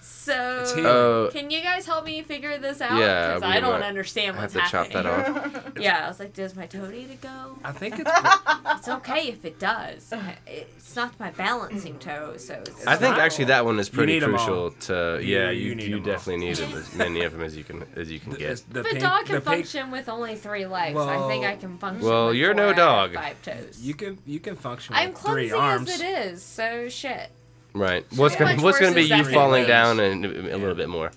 So. It's healing. Oh, Can you guys help me figure this out? Yeah, Because we I don't might understand I have what's to chop happening. that off. [LAUGHS] Yeah, I was like, does my toe need to go? I [LAUGHS] think it's. I It's okay if it does. It's not my balancing toe, so it's I think not- actually that one is pretty need 'em crucial all. to. Yeah, You- you you need you 'em all. definitely need 'em as many of them as you can as [LAUGHS] you can get. the If a pink- dog can the pink- function with only three legs, I think I Well- can function. Well, with you're four no out of dog. Five toes. You can you can function with I'm clumsy three arms. as it is, so shit. Right. What's How gonna much What's gonna worse be is you that falling than down and a little bit more?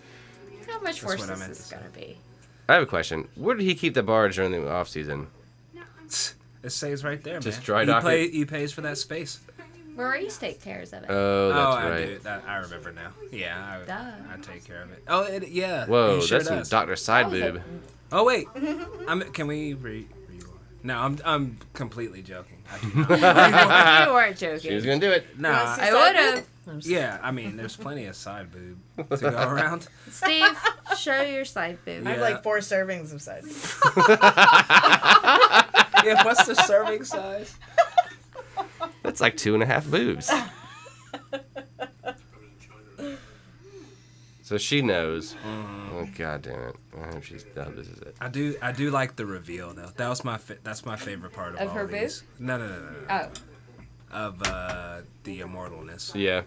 How much That's worse what I is meant this to gonna be? I have a question. Where did he keep the barge during the off season? [LAUGHS] It stays right there, Just man. dry he dock play- it? He pays for that space. Maurice take cares of it. Oh, Oh, that's I right. do. That, I remember now. Yeah, I, Duh. [LAUGHS] I take care of it. Oh, it, yeah. Whoa, he sure that's some does. Doctor Side was a- Boob. Oh wait, I'm, can we re? rewind? No, I'm I'm completely joking. I do [LAUGHS] not. [LAUGHS] you weren't She was joking. gonna do it. nah, I would have. yeah. I mean, there's plenty of side boob to go around. Steve, show your side boob. Yeah. I have like four servings of sides. Yeah, what's the serving size? That's like two and a half boobs. [LAUGHS] so she knows. Oh god damn it! I hope she's. I hope this is it. I do I do like the reveal though. That was my fa- that's my favorite part of, Of all her boob? these. No, no, no, no, no. Oh, Of uh, the immortalness. Yeah.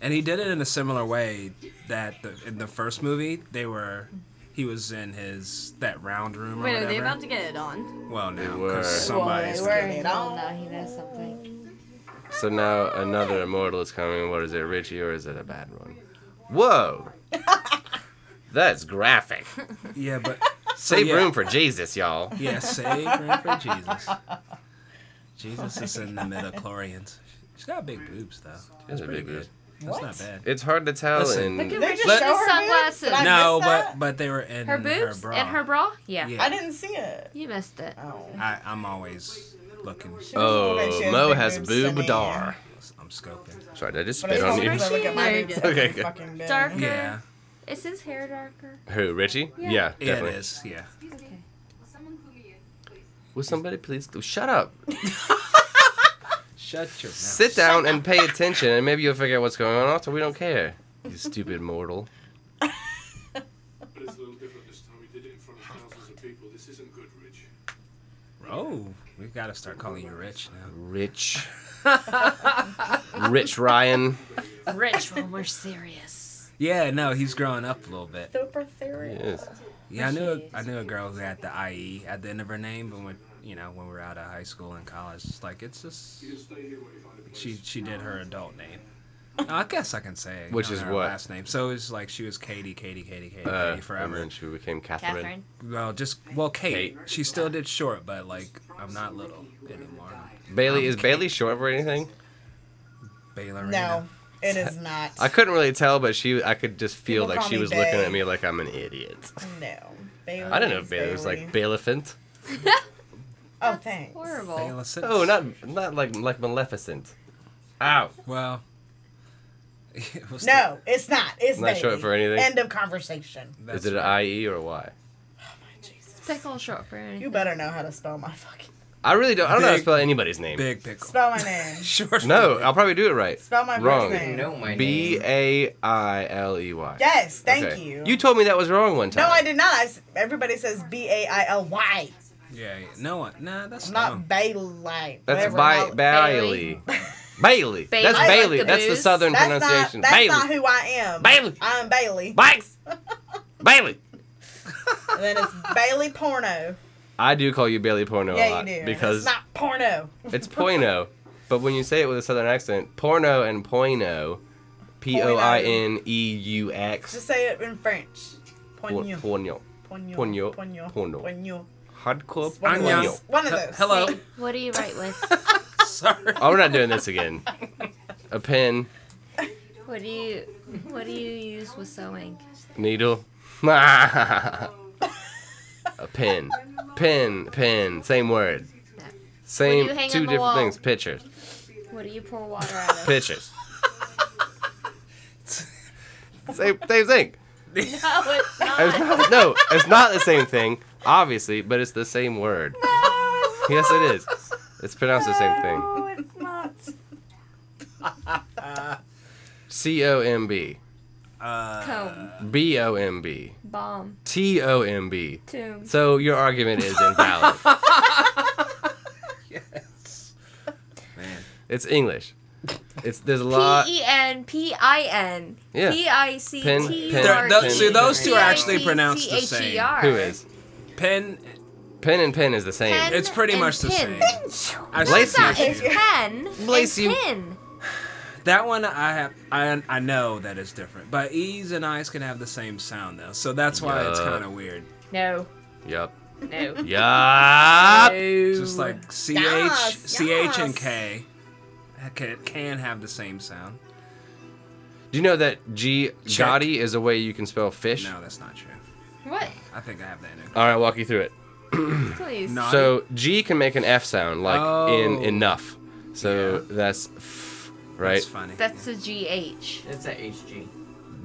And he did it in a similar way that the, in the first movie they were. He was in his that round room or Wait, are whatever. they about to get it on? well, now were. because somebody's Well, they were. oh no, he knows something. So now another immortal is coming. What is it, Richie, or is it a bad one? Whoa. [LAUGHS] That's graphic. yeah, but Save yeah. room for Jesus, y'all. Yeah, save room for Jesus. Jesus is in the midichlorians. She's got big boobs, though. That's are pretty big good. boobs. That's What? not bad. It's hard to tell. Listen. and They just Let- show her boobs? Sunglasses. Did I no, miss but that? but they were in Her boobs bra. and her bra? Yeah. Yeah, I didn't see it. You missed it. Oh. I, I'm always looking. oh, Okay, she has Mo big has boobs to me. boob dar. I'm scoping. Sorry, did I just But I spit on don't you? really look at my There you boobs go. every Okay, good. fucking day. Darker. Yeah, Is his hair darker? [LAUGHS] Who, Richie? Yeah, yeah it definitely. is. Yeah. Okay. Will somebody please shut up? [LAUGHS] Shut your mouth. Sit down and pay attention, and maybe you'll figure out what's going on. Also, we don't care. You stupid mortal. But it's a little different this time. We did it in front of thousands of people. This isn't good, Rich. Oh, we gotta start calling you Rich now. [LAUGHS] Rich. Rich Ryan. Rich when we're serious. Yeah, no, he's growing up a little bit. Super serious. Yes. Yeah, I knew a, Richie. I knew a girl who had the IE at the end of her name, but when you know when we were out of high school and college, it's like it's just You can stay here while you find a place. she she did her [LAUGHS] adult name. I guess I can say it, Which not is her what? last name. So it was like she was Katie, Katie, Katie, Katie, Uh, Katie and forever. then she became Catherine. Catherine. Well, just well Kate. She still did short, but like I'm not little anymore. Bailey is Bailey short for anything? Baylor. No, it [LAUGHS] is not. I couldn't really tell, but she I could just feel People like call she me was Bae. looking at me like I'm an idiot. no. Bailey I didn't know is if Bailey was like Bailey. Bailiffant. Oh, thanks. Horrible. Baylor Oh, not not like like Maleficent. Ow. well. [LAUGHS] It was No, it's not. It's Not short Bailey. for anything? End of conversation. that's- is it an IE or a Y? Pickle short for anything. You better know how to spell my fucking I really don't. I don't know how to Big- spell anybody's name. big pickle? spell my [LAUGHS] name. [LAUGHS] Short. No, I'll probably do it right. Spell my Wrong. first name. know my B name. A I L E Y. Yes, thank Okay. you. You told me that was wrong one time. no, I did not. I s- Everybody says B A I L Y, Yeah, yeah. No one. Nah, that's not Bailey. Oh. That's Whatever. Bi- That's Bailey. [LAUGHS] Bailey. Bailey. That's I like Bailey. the that's the booze. southern not. That's pronunciation. not Bailey. who I am. Bailey. I'm Bailey. [LAUGHS] Bikes. Bailey. And then it's [LAUGHS] Bailey Porno. I do call you Bailey Porno a yeah, lot you do. because it's not porno. It's poino, but when you say it with a southern accent, porno and poino, P O I N E U X, Just say it in French. Poigno. porno, Poigno. Poigno. Poigno. Porno. Poigno. hardcore It's one of poino. those. One of He- those. hello. [LAUGHS] What do you write with? Sorry. Oh, we're not doing this again. a pin, What do you What do you use with sewing? needle. a pin, pin, pin. Same word. Same What do you hang two on the different wall? things. Pictures, What do you pour water out of? pictures. same, same thing. No, it's not. It's not, no, it's not the same thing, obviously, but it's the same word. yes, it is. It's pronounced the same thing. No, it's not. C O M B, Uh, Comb, B O M B, bomb, T O M B. tomb. So your argument is [LAUGHS] invalid. Yes. Man. It's English. It's there's a P lot. E N P I N Yeah. P I C T Pen- R E. pen- They're- those- see, those two are actually P I T E pronounced the same. C-H-E-R. Who is? Pen. Pen and pen is the same. Pen It's pretty and much the pin. same. I Bless see No, what you it's pen. Bless and you. Pin. That one I have I I know that is different, but E's and I's can have the same sound though, so that's why it's Yeah. kind of weird. No, Yup. no. Yup. Just like CH, Yes, CH yes. and K can, can have the same sound. Do you know that G Check. Gotti is a way you can spell fish? No, that's not true. What? I think I have that in. All right, walk you through it. Please. No. So G can make an F sound, like in Oh. enough. So that's f, right? That's funny. That's a G H. It's a HG.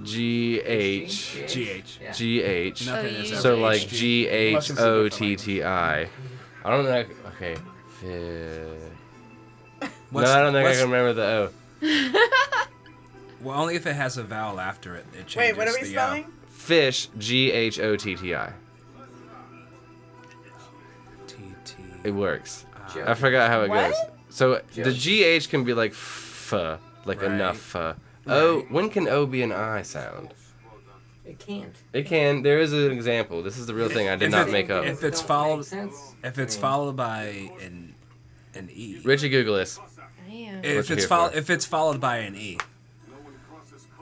G H GH. Yeah. G H. Nothing you is use ever So G. like HG. G Must H consider O it the T language. T I. I don't know. Okay. Fi- What's- no, I don't think I what's- can remember the O. Well, only if it has a vowel after it. It changes [LAUGHS] Wait, what are we the, uh, spelling? Fish. G H O T T I. T T. It works. Joe. I forgot how it What? goes. So the Just- GH can be like f, like Right. enough. Uh, O. When can O be an I sound? It can't. It can. There is an example. This is the real thing. I did If not it- make up. If it's Don't followed- make sense. If it's Mm. I mean, followed by an an E. Richie, Google this. Damn. What If you it's here followed for? if it's followed by an E.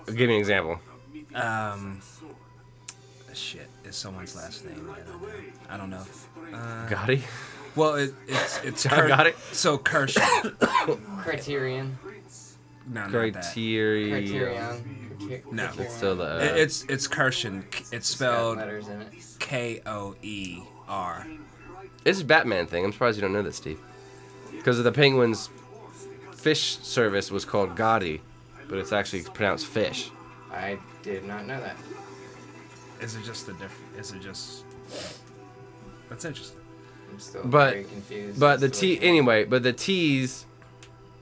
Give me an example. Um, shit is someone's last name. I don't know. I don't know. Uh, Gotti. Well, it, it's [LAUGHS] it's John got it? So Kershaw. [COUGHS] Oh, Criterion. No, not that. It, Criteria. Criterion. Criter- No. Criterion. So the uh, it's it's Kershaw. It's It's got spelled letters in it. K O E R. it's a Batman thing. I'm surprised you don't know this, Steve. Because the Penguins' fish service was called Gotti, but it's actually pronounced fish. I did not know that. Is it just a different? Is it just? That's interesting. I'm still But- very confused. But as the to T what you- anyway, but the T's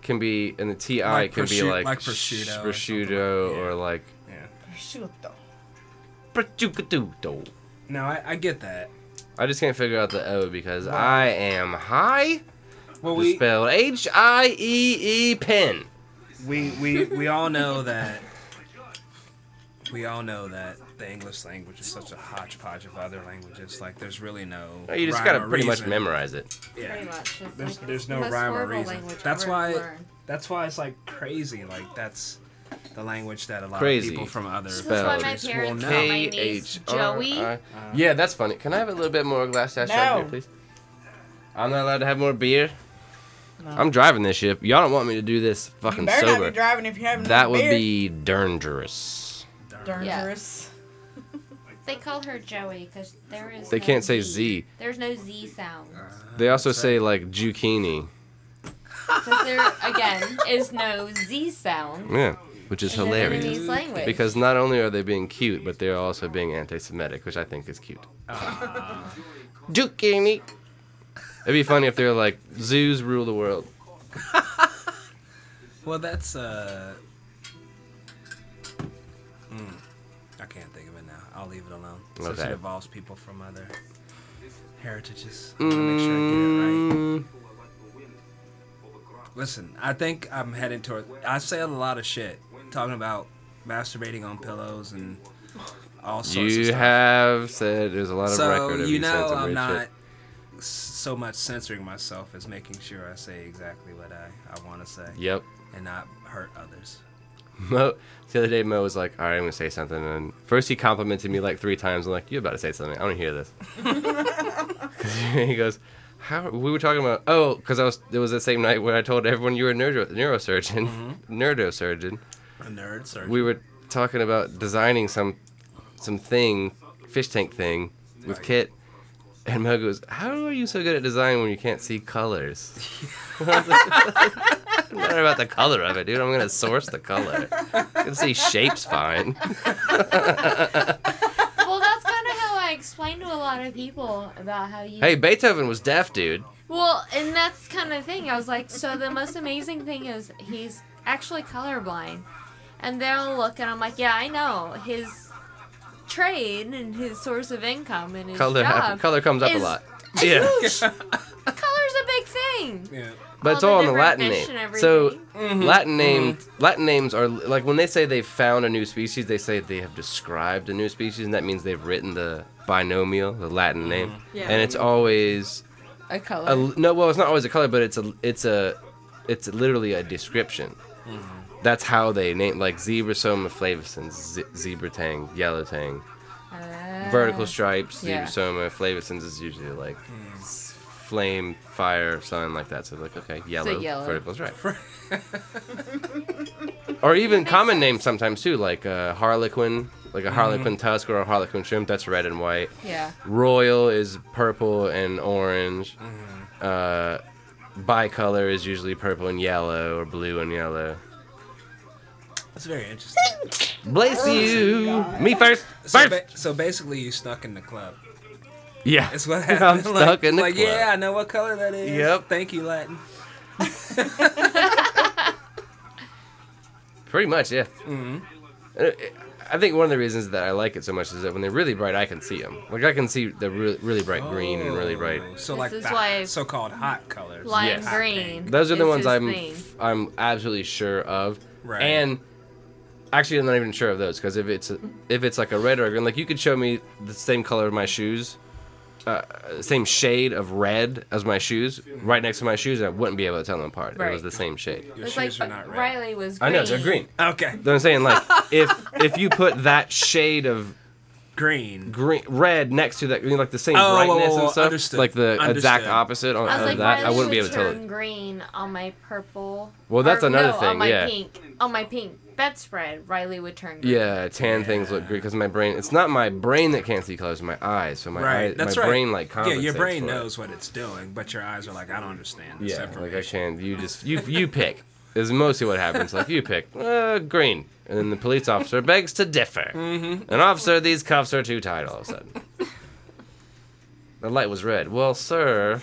can be and the T I Like can be prosciut- like, like sh- prosciutto or prosciutto something like- or, yeah. like Yeah. Prosciutto. prosciutto. No, I, I get that. I just can't figure out the O because I am high. Well, It's we spelled H I E E pen. we we we all know that. We all know that the English language is such a hodgepodge of other languages. Like, there's really no. You just rhyme gotta or pretty much reason. memorize it. Yeah. Pretty much. It's There's- like there's it's no the most rhyme or horrible reason. language I've That's ever why- learned. That's why it's like crazy. Like that's the language that a lot Crazy. of people from other This is That's why Spelled. countries my will know. parents call my K niece H R Joey. I. E Yeah, that's funny. Can I have a little bit more glass dash right No. here, please? I'm not allowed to have more beer. I'm driving this ship. Y'all don't want me to do this You fucking better not sober. be driving if you haven't. That would be dangerous. dangerous. They call her Joey because there is. They no can't say Z. There's no Z sound. They also say like zucchini. Because there again is no Z sound. Yeah, which is in the hilarious. Vietnamese language. Because not only are they being cute, but they're also being anti-Semitic, which I think is cute. Ah. Zucchini. It'd be funny if they're like zoos rule the world. Well, that's uh. mm, I can't think of it now. I'll leave it alone. Since Okay. it involves people from other heritages. I wanna make sure I get it Mm, right. Listen, I think I'm heading toward. I say a lot of shit, talking about masturbating on pillows and all sorts of you stuff. have said there's a lot of so record of you know saying some I'm weird not shit. s- so much censoring myself as making sure I say exactly what I, I want to say Yep. [LAUGHS] and not hurt others. Mo, the other day, Mo was like, "All right, I'm gonna say something." And first, he complimented me like three times. I'm like, "You about to say something? I want to hear this." 'Cause [LAUGHS] he goes, How we were talking about? Oh, because I was. It was the same night when I told everyone you were a neuro, neurosurgeon, Mm-hmm. [LAUGHS] nerdosurgeon. A nerd surgeon. We were talking about designing some, some thing, fish tank thing with Kit, and Mel goes, "How are you so good at design when you can't see colors?" [LAUGHS] I was like, "Doesn't matter about the color of it, dude. I'm gonna source the color. I can see shapes fine. well, that's kind of how I explain to a lot of people about how you. hey, Beethoven was deaf, dude. Well, and that's kind of thing. I was like, so the most amazing thing is he's actually colorblind, and they'll look, and I'm like, yeah, I know his trade and his source of income and his Color, job. happen- color comes up a is- lot. is Yeah. huge. Color's a big thing. Yeah. But it's all in the Latin fish name. and So everything. Mhm. Latin name, Latin names are like when they say they've found a new species, they say they have described a new species, and that means they've written the binomial, the Latin name, Yeah. and it's always A color. a, no. Well, it's not always a color, but it's a it's a it's literally a description. That's how they name like zebra soma flavescens, ze- zebra tang, yellow tang, vertical stripes, Ah, yeah. zebra soma flavescens is usually like. s- Flame, fire, sun, like that. So like, okay, yellow, yellow. vertical stripe or even common names sometimes too, like uh, Harlequin, like a Harlequin tusk or a Harlequin shrimp. That's red and white. Yeah. Royal is purple and orange. Uh, bicolor is usually purple and yellow or blue and yellow. That's very interesting. Bless you, me first. So, ba- so basically, you stuck in the club. Yeah, That's what [LAUGHS] I'm happened. like, stuck in the like, club. yeah, I know what color that is. Yep. Thank you, Latin. Pretty much, yeah. Mm-hmm. I think one of the reasons that I like it so much is that when they're really bright, I can see them. Like I can see the really, really bright green and Oh, really bright. So like is the why- so-called hot colors. Lime Yes. green. Those are the is ones his I'm thing. I'm absolutely sure of. Right. And actually, I'm not even sure of those because if it's if it's like a red or a green, like you could show me the same color of my shoes, uh, same shade of red as my shoes, right next to my shoes, and I wouldn't be able to tell them apart. It was Right. the same shade. It's like but Riley was. I Green. know they're green. Okay. Though I'm saying like if if you put that shade of green, green, red next to that, I mean, like the same Oh, whoa, whoa, brightness whoa, and stuff, understood, like the exact understood. opposite on, I was of like, that, Riley I wouldn't be able would to tell. turn green on my purple. Well, that's or another no, thing, On my yeah. pink, on my pink bedspread, Riley would turn green. Yeah, tan things look great because my brain. It's not my brain that can't see colors, my eyes. So my right. eye- That's my right. brain like yeah, compensates your brain for it. knows what it's doing, but your eyes are like, I don't understand. this Yeah, effort." like I can. You just you you pick. Is mostly what happens. Like you pick uh, green, and then the police officer begs to differ. Mhm. An officer, these cuffs are too tight. All of a sudden, the light was red. Well, sir,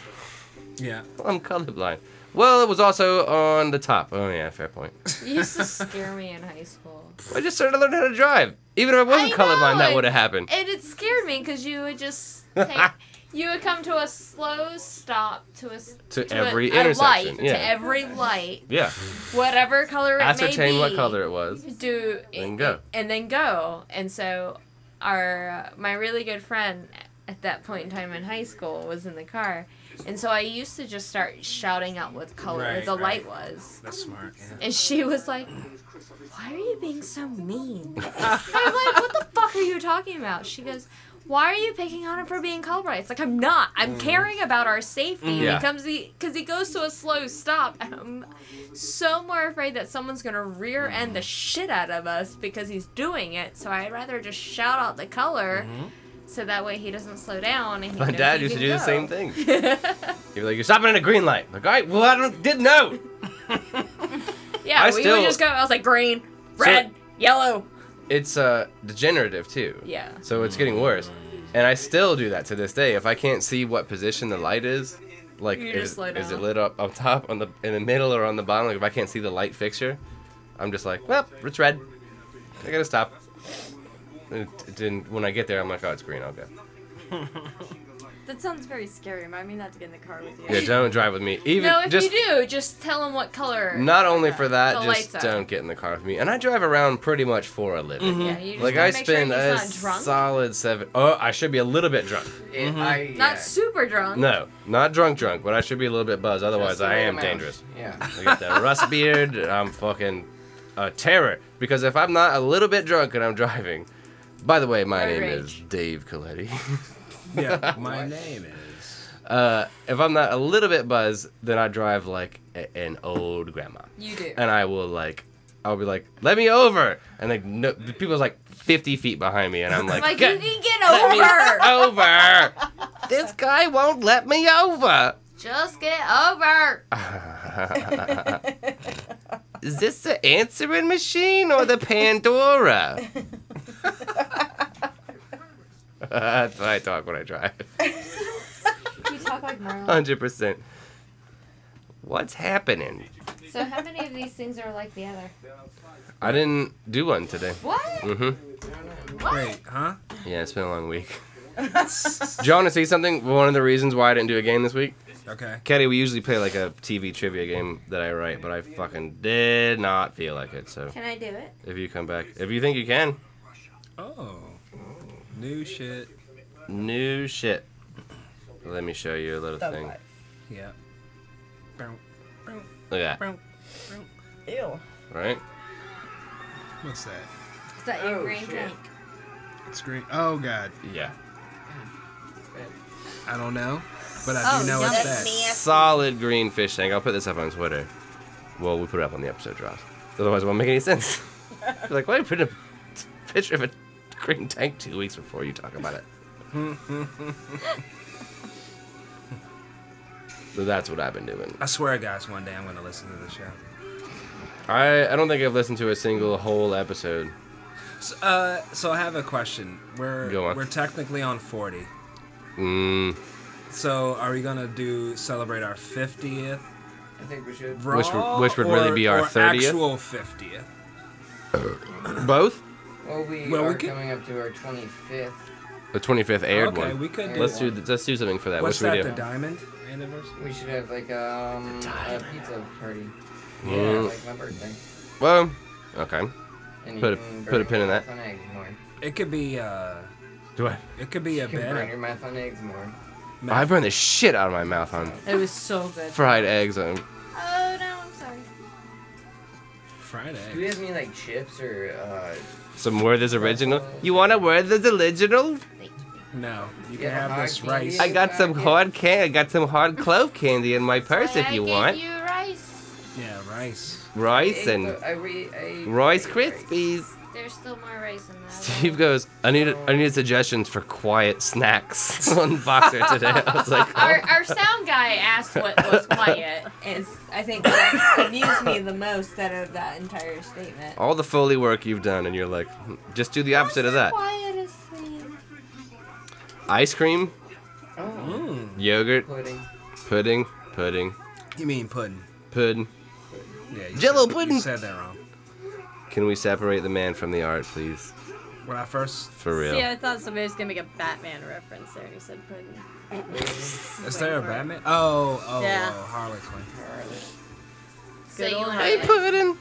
Yeah. I'm colorblind. Well, it was also on the top. Oh yeah, fair point. You [LAUGHS] used to scare me in high school. I just started learning how to drive. Even if I wasn't colorblind, that it- would have happened. And it scared me because you [LAUGHS] would just take, you would come to a slow stop to a s- To a- every a intersection, light, yeah. to every light, Yeah. whatever color it may Ascertain be. what color it was. Do Then go. and then go. And so, our uh, my really good friend at that point in time in high school was in the car, and so I used to just start shouting out what color Right, the right. light was, That's smart. Yeah. [LAUGHS] and she was like. Why are you being so mean? I'm like, what the fuck are you talking about? She goes, why are you picking on him for being colorblind? It's like I'm not. I'm caring about our safety. Mm. And Mm-hmm. Yeah. He comes because he goes to a slow stop, and I'm so more afraid that someone's gonna rear end the shit out of us because he's doing it. So I'd rather just shout out the color, so that way he doesn't slow down. And he Mm-hmm. My knows dad he used to can do the go. same thing. He'd be like, "You're stopping at a green light." Like, all right, well, I don't, didn't know. [LAUGHS] yeah, I we still- would just go. I was like green, red, yellow. It's uh, degenerative too. Yeah. So it's Hmm. getting worse, and I still do that to this day. If I can't see what position the light is, like You is, just slow is it down. lit up on top, on the in the middle, or on the bottom? Like if I can't see the light fixture, I'm just like, well, it's red. I gotta stop. And it didn't- when I get there, I'm like, oh, it's green. I'll go. That sounds very scary. Remind me not to get in the car with you. [LAUGHS] Yeah, don't drive with me. Even no, if just you do, just tell him what color. Not only for that, The just lights out. don't get in the car with me. And I drive around pretty much for a living. Mhm. Yeah, you just like wanna I make sure spend he's a not drunk. solid seven. Oh, I should be a little bit drunk. It, I, Not super drunk. No, not drunk, drunk, but I should be a little bit buzzed. Otherwise, the I right am amount. dangerous. Yeah. I got that rust beard. I'm fucking a terror because if I'm not a little bit drunk and I'm driving. By the way, my Road name rage. is Dave Coletti. Yeah, my name is. [LAUGHS] Uh, if I'm not a little bit buzzed, then I drive like a- an old grandma. You do. And I will like, I'll be like, "Let me over," and like, no, the people's like 50 feet behind me, and I'm like, Like, "Get you can get let me [LAUGHS] Oh. over. over. this guy won't let me over. [LAUGHS] Just get over. Is this the answering machine or the Pandora? [LAUGHS] That's how I talk when I drive. You talk like Marlon. Hundred percent. What's happening? So how many of these things are like the other? I didn't do one today. What? Mm-hmm. Wait, huh? [LAUGHS] Yeah, it's been a long week. Do you want to see something? One of the reasons why I didn't do a game this week. Okay. Caddy, we usually play like a TV trivia game that I write, but I fucking did not feel like it. So Can I do it? if you come back, if you think you can, Oh. New shit. new shit. Let me show you a little Thug thing. life. Yeah. Look at that, [LAUGHS] Ew. right? What's that? Is that your Oh, green shit. tank? It's green. Oh god. Yeah. I don't know, but I do Oh, know yummy. it's that. Solid green fish tank. I'll put this up on Twitter. Well, we put it up on the episode drops. Otherwise, it won't make any sense. [LAUGHS] You're like, why you put a picture of a green tank two weeks before you talk about it? so that's what I've been doing. I swear, guys, one day I'm gonna listen to the show. I, I don't think I've listened to a single whole episode. So, uh, so I have a question. We're Go on. we're technically on 40. Mm, So are we gonna do celebrate our 50th? I think we should. Raw, Which would- which would really or- be our or 30th? Actual 50th. both? Well, we Well, we are could- coming up to our 25th. The 25th aired okay, one. we could do. let's do one. th- let's do something for that. What's what that? should The we do? diamond anniversary. We should have like um, a pizza party. Yeah, Mm. like my birthday. Well, okay. And you Put a- can put a burn pin your in that. mouth on eggs more. It could be. uh Do I? It could be a You can burn bed. your mouth on eggs more. I burned the shit out of my mouth on It was so good. fried eggs. Um, Oh no, I'm sorry. Friday. Do we have any like chips or uh? Some Werther's original. You want a Werther's original? Thank you. No, you can Yeah, have this hard rice. I got some hard can. I got some hard clove candy in my purse That's if why you I want. Gave you rice. Yeah, rice. Rice Egg- and I re- I- Rice I- Krispies. There's still more rice in that. Steve goes. I need I need suggestions for quiet snacks [LAUGHS] on Boxer today. I was like, Our, oh. our sound guy asked what [LAUGHS] was quiet is I think what amused me the most out of that entire statement. all the foley work you've done, and you're like, "Hmm, just do the opposite of that. Quietest thing. Ice cream, Oh, yogurt, pudding. pudding, pudding, You mean pudding? pudding. Yeah. you Jell-O said- pudding. You said that wrong. Can we separate the man from the art, please? When I first, For real. See, I thought somebody was gonna make a Batman reference there, and he said pudding. is there a Batman? Oh, oh, Yeah. oh, Harley Quinn. So Good you old want Hey, pudding.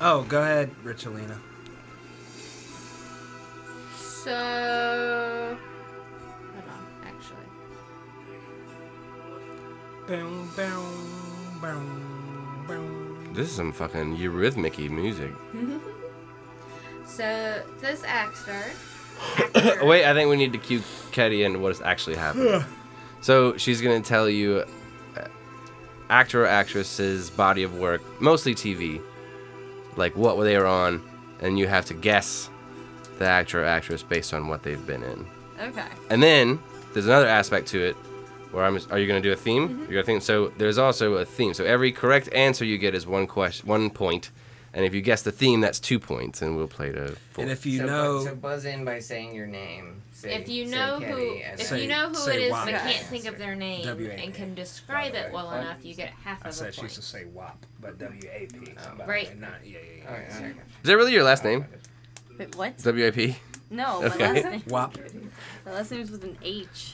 Oh, go ahead, Richelina. So hold on, actually. Boom, boom, boom, boom. This is some fucking eurythmic music. So this actor. Oh, Wait, I think we need to cue Katie into what is actually happening. so she's gonna tell you, uh, actor or actress's body of work, mostly TV, like what they were on, and you have to guess the actor or actress based on what they've been in. Okay. And then there's another aspect to it where I'm. Are you gonna do a theme? You're gonna theme. So there's also a theme. So every correct answer you get is one question, one point, and if you guess the theme, that's two points, and we'll play to four. And if you so, bu- know, so buzz in by saying your name. Say, If you say know who, Kenny if as Say- you know who it say is why. but can't Yeah. think of their name W.A.P.. and can describe it well What? enough, you get half I of a said she used to point. say WAP, but W A P. Oh. by the Right. way, Not, yeah, yeah, yeah. All right, all right. Is that really your last name? Wait, what? WIP. No, Okay. my last name. WAP. My last name's with an H.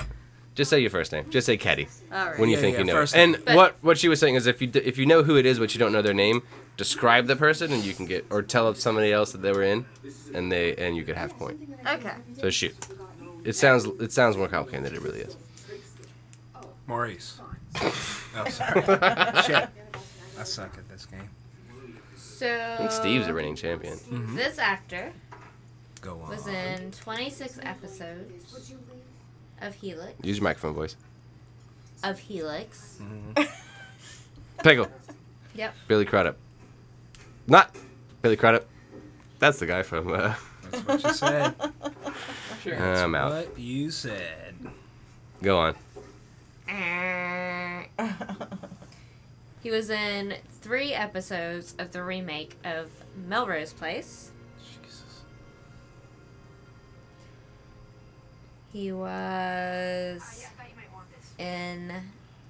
Just say your first name. Just say Caddy All right. when you Yeah, think yeah, you know. It. first And name. But- what what she was saying is if you d- if you know who it is but you don't know their name, describe the person and you can get or tell of somebody else that they were in, and they and you get half point. okay. So shoot. It sounds it sounds more complicated than it really is. Maurice. Oh, sorry. [LAUGHS] Shit. I suck at this game. I think So [LAUGHS] Steve's Hmm? a reigning champion. This actor Go on. was in 26 episodes of Helix. Use your microphone voice. of Helix. Pickle. Yep. Billy Crudup. Not Billy Crudup. That's the guy from. Uh, That's what you [LAUGHS] said. Sure. I'm out. What you said. Go on. He was in three episodes of the remake of Melrose Place. He was in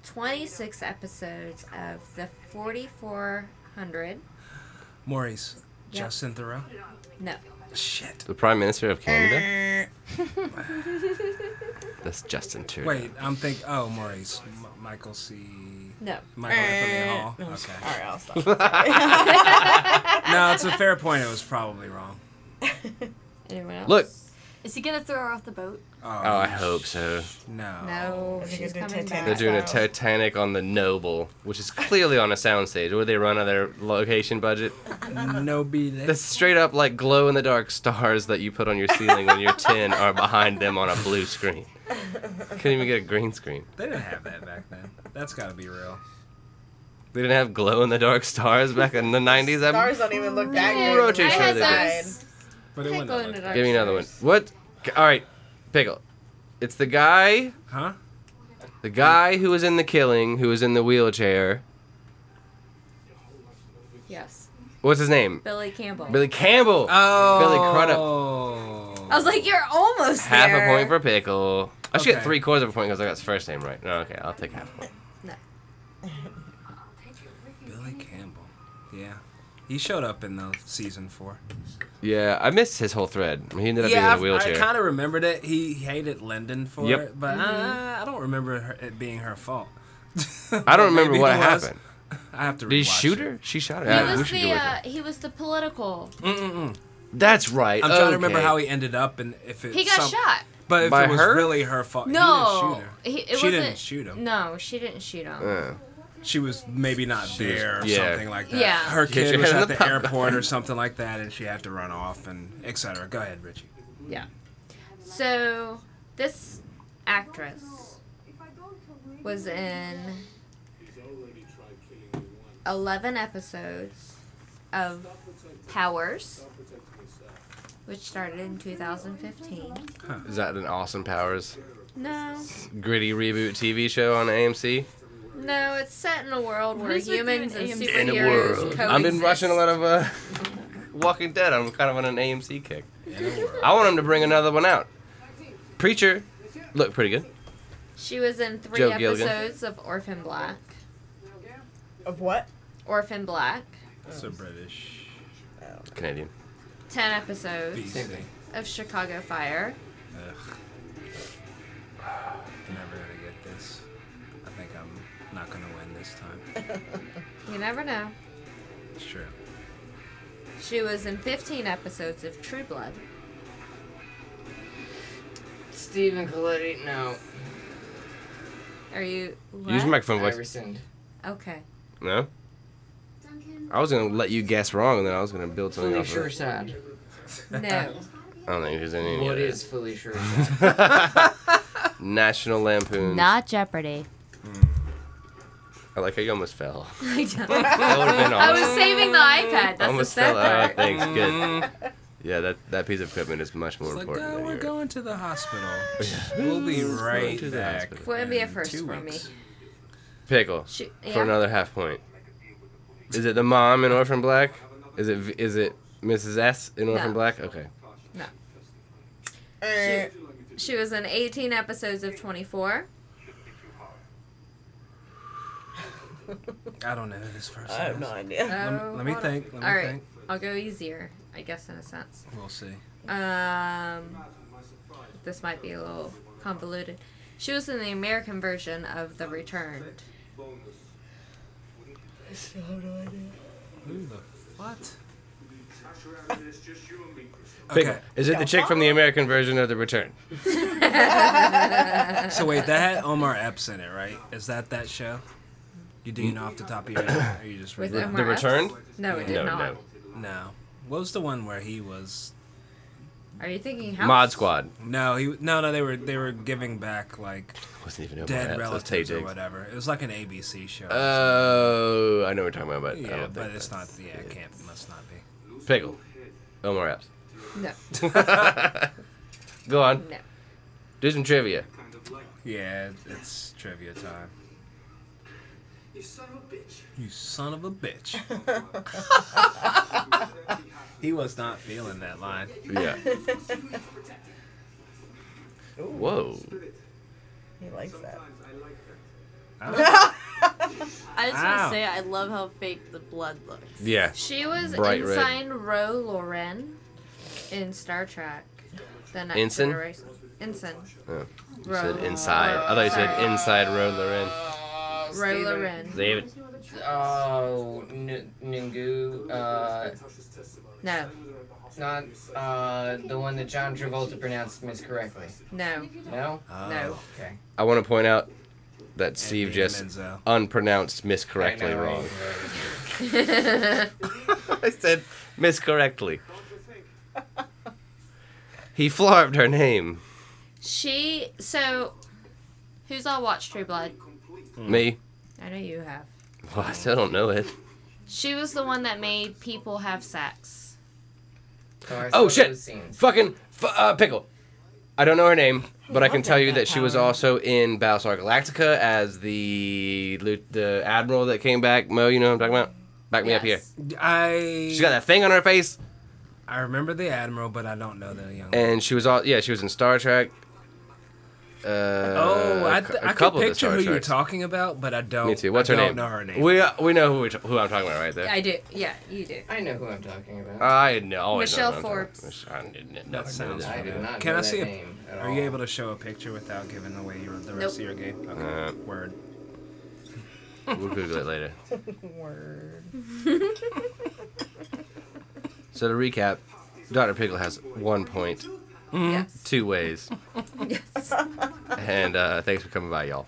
26 episodes of the 4400. Maurice. Yeah. Justin Thoreau. No. Shit. The Prime Minister of Canada? That's Justin Trudeau. Wait, I'm think. Oh, Maurice. M- Michael C. No. Eh. Michael Anthony Hall. No, Okay. All right, I'll stop. No, it's a fair point. It was probably wrong. Anyone else? Look. Is he gonna throw her off the boat? Oh, Oh, I hope so. No. No. If you She's could do coming Titanic. back. They're doing a Wow. Titanic on the Noble, which is clearly on a soundstage. Where they run on their location budget. No be The straight up like glow in the dark stars that you put on your ceiling when you're ten are behind them on a blue screen. Couldn't even get a green screen. They didn't have that back then. That's got to be real. They didn't have glow in the dark stars back in [LAUGHS] the nineties. Stars I'm don't even look I that had- good. Rotate I sure had they did. those- But I it had wouldn't glow have in the looked dark give me another one. stars. What? All right, pickle. It's the guy, Huh? the guy who was in the killing, who was in the wheelchair. Yes. What's his name? Billy Campbell. Billy Campbell. Oh. Billy Crudup. Crudup. I was like, you're almost Half there. a point for Pickle. I should get Okay. three quarters of a point because I got his first name right. No, okay, I'll take half a point. Billy Campbell. Yeah. He showed up in the season four. Yeah, I missed his whole thread. He ended up being in a yeah, I, I wheelchair. kind of remembered it. He hated Lyndon for Yep. it, but Mm-hmm. uh, I don't remember her, it being her fault. I don't remember Maybe what it was. happened. I have to. Did he rewatch shoot it. her? She shot her. He Yeah, was Lucy did the with uh, her. he was the political. Mm-mm-mm. That's right. I'm trying to remember okay. how he ended up and if it. He got some- shot. But if By it was her? really her fault, he No, didn't shoot her. he, it She wasn't, didn't shoot him. No, she didn't shoot him. Uh, She was maybe not there or yeah. something like that. Yeah. Her She kid had was her at the popcorn. airport or something like that, and she had to run off and etc. Go ahead, Richie. Yeah. So this actress was in eleven episodes of Powers, which started in 2015. is that an Awesome Powers No, gritty reboot TV show on AMC? no, it's set in a world where is with you humans and and AMC? superheroes In In a the Heroes world. coexist. I've been watching a lot of uh, [LAUGHS] Walking Dead. I'm kind of on an AMC kick. I want him to bring another one out. Preacher looked pretty good. She was in three Joe Gilligan. episodes of Orphan Black. Of what? Orphan Black. So British. Canadian. Ten episodes Same thing. of Chicago Fire. Ugh. I'm never gonna get this. I think I'm not gonna win this time. You never know. It's true. She was in 15 episodes of True Blood. Stephen Coletti, no. Are you? What? Use your microphone I voice. rescind. Okay. No? I was gonna let you guess wrong, and then I was gonna build something Fully off of sure it. sad. No. [LAUGHS] I don't think there's any. What other. is fully [LAUGHS] sure sad? National Lampoon. Jeopardy. I like how you almost fell. [LAUGHS] I That don't. would have been I awesome. was saving the iPad. That's almost the sad fell out. part. [LAUGHS] Thanks. Good. Yeah, that that piece of equipment is much more It's like, important. oh, than we're your- going to the hospital. [LAUGHS] we'll be right to the back. hospital. Wouldn't be a in first two for me. weeks. Pickle She, for yeah. another half point. Is it the mom in Orphan Black? Is it is it Mrs. S in Orphan No. Black? Okay. Er, She was in 18 episodes of 24. I don't know who this person. I have is. no idea. Let me- Oh, let me hold on. think. Let me All right. think. I'll go easier, I guess, in a sense. We'll see. Um, this might be a little convoluted. She was in the American version of The Returned. Who the what? Pickle. Okay. Is it the chick from the American version of The Return? So wait, that had Omar Epps in it, right? Is that that show? You do you know off the top of your head? Or you just With reading Omar The Epps? Returned? No, it did No, not. no. it? No. What was the one where he was Are you thinking house? Mod Squad. No, he no no they were they were giving back like Wasn't even over my dead head, so it's relatives or TJ's. whatever. It was like an ABC show. Oh, I know what you're talking about, but Uh, I yeah, don't but think it's not. that's Yeah, it can't must not be. it. Pickle. No more apps. No. [LAUGHS] Go on. No. Do some trivia. Yeah, it's trivia time. You son of a bitch. You son of a bitch. [LAUGHS] he was not feeling that line. [LAUGHS] Yeah. Whoa. He likes that. [LAUGHS] I just want Ow. to say I love how fake the blood looks. Yeah. She was Bright red. ensign Ro Loren in Star Trek. The next Ensign? generation. Ensign. Oh, you Row. said inside. I thought you said inside road Loren. Uh, Ro Loren. David. Oh, N- Ningu. Uh, No, not uh, the one that John Travolta pronounced miscorrectly. no, No? Oh, no. Okay. I want to point out that Steve Vietnam just Menzel. unpronounced miscorrectly I know, wrong. [LAUGHS] [LAUGHS] I I said miscorrectly. He flarbed her name. She. So, who's all watched True Blood? Hmm. Me. I know you have. Well, I still don't know it. She was the one that made people have sex. So I Oh saw shit! those scenes. Fucking f- uh, pickle. I don't know her name, but I can tell you that she was power. also in Battlestar Galactica as the lieu- the admiral that came back. Mo, you know what I'm talking about? Back me up here. Yes. I She's got that thing on her face, I remember the admiral, but I don't know the young. and she was all yeah. She was in Star Trek. Uh, oh, I, a th- cou- a I can couple of the picture Star who you're Treks. talking about, but I don't. Me too. What's I her don't name? Know her name. We uh, we know who, we t- who I'm talking about right there. I do. Yeah, you do. I know who I'm talking about. I know. Always know Michelle who I'm talking about. Forbes. I didn't know. That sounds I did familiar. not Can know I that see a? name at Are you all. able to show a picture without giving away your, the rest of Nope. your game? Okay. Uh, Word. We'll Google [LAUGHS] it later. Word. So to recap, Dr. Pickle has one point, Yes. two ways, Mm-hmm. Yes. [LAUGHS] and uh, thanks for coming by, y'all.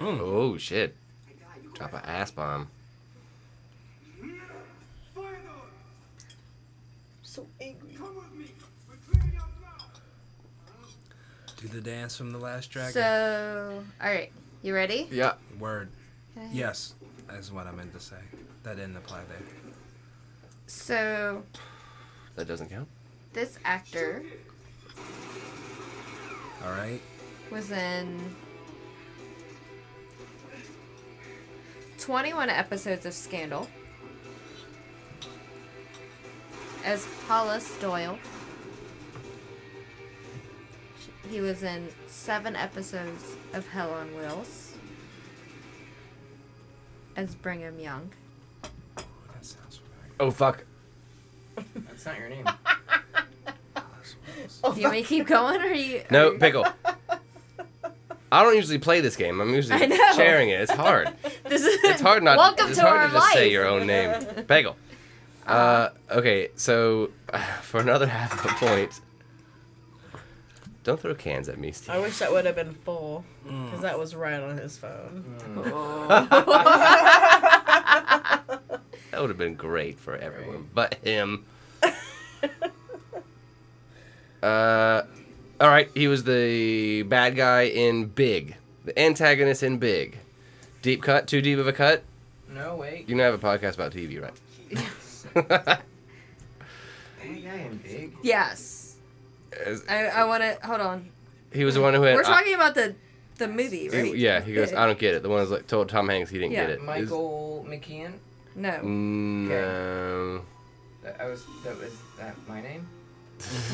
Oh shit! Drop an ass bomb. So angry. Do the dance from the last dragon. So, all right. You ready? Yeah. Word. Okay. Yes, is what I meant to say. That didn't apply there. So, That doesn't count. this actor All right. was in 21 episodes of Scandal as Hollis Doyle. He was in seven episodes of Hell on Wheels as Brigham Young. That sounds familiar. Oh fuck! That's not your name. [LAUGHS] Oh, Do you want me to keep going, or you? No pickle. I don't usually play this game. I'm usually [LAUGHS] I know. sharing it. It's hard. This is It's hard not. Welcome it's to hard our to just say life. Uh-huh. your own name, [LAUGHS] pickle. Uh, okay, so [SIGHS] for another half a point, don't throw cans at me, Steve. I wish that would have been full, because that was right on his phone. That would have been great for everyone but him. uh, all right, he was the bad guy in Big, the antagonist in Big. Deep cut, too deep of a cut. No, wait. You know, I have a podcast about TV, right? That guy in big. Yes, As- I, I want to hold on. [LAUGHS] he was the one who had. We're talking about the the movie, I- right? he- yeah, he [LAUGHS] goes. I don't get it. The one who's like told Tom Hanks he didn't Yeah. get it. Is- Michael McKeon. No, Mm-hmm. No. That I was. That was that my name.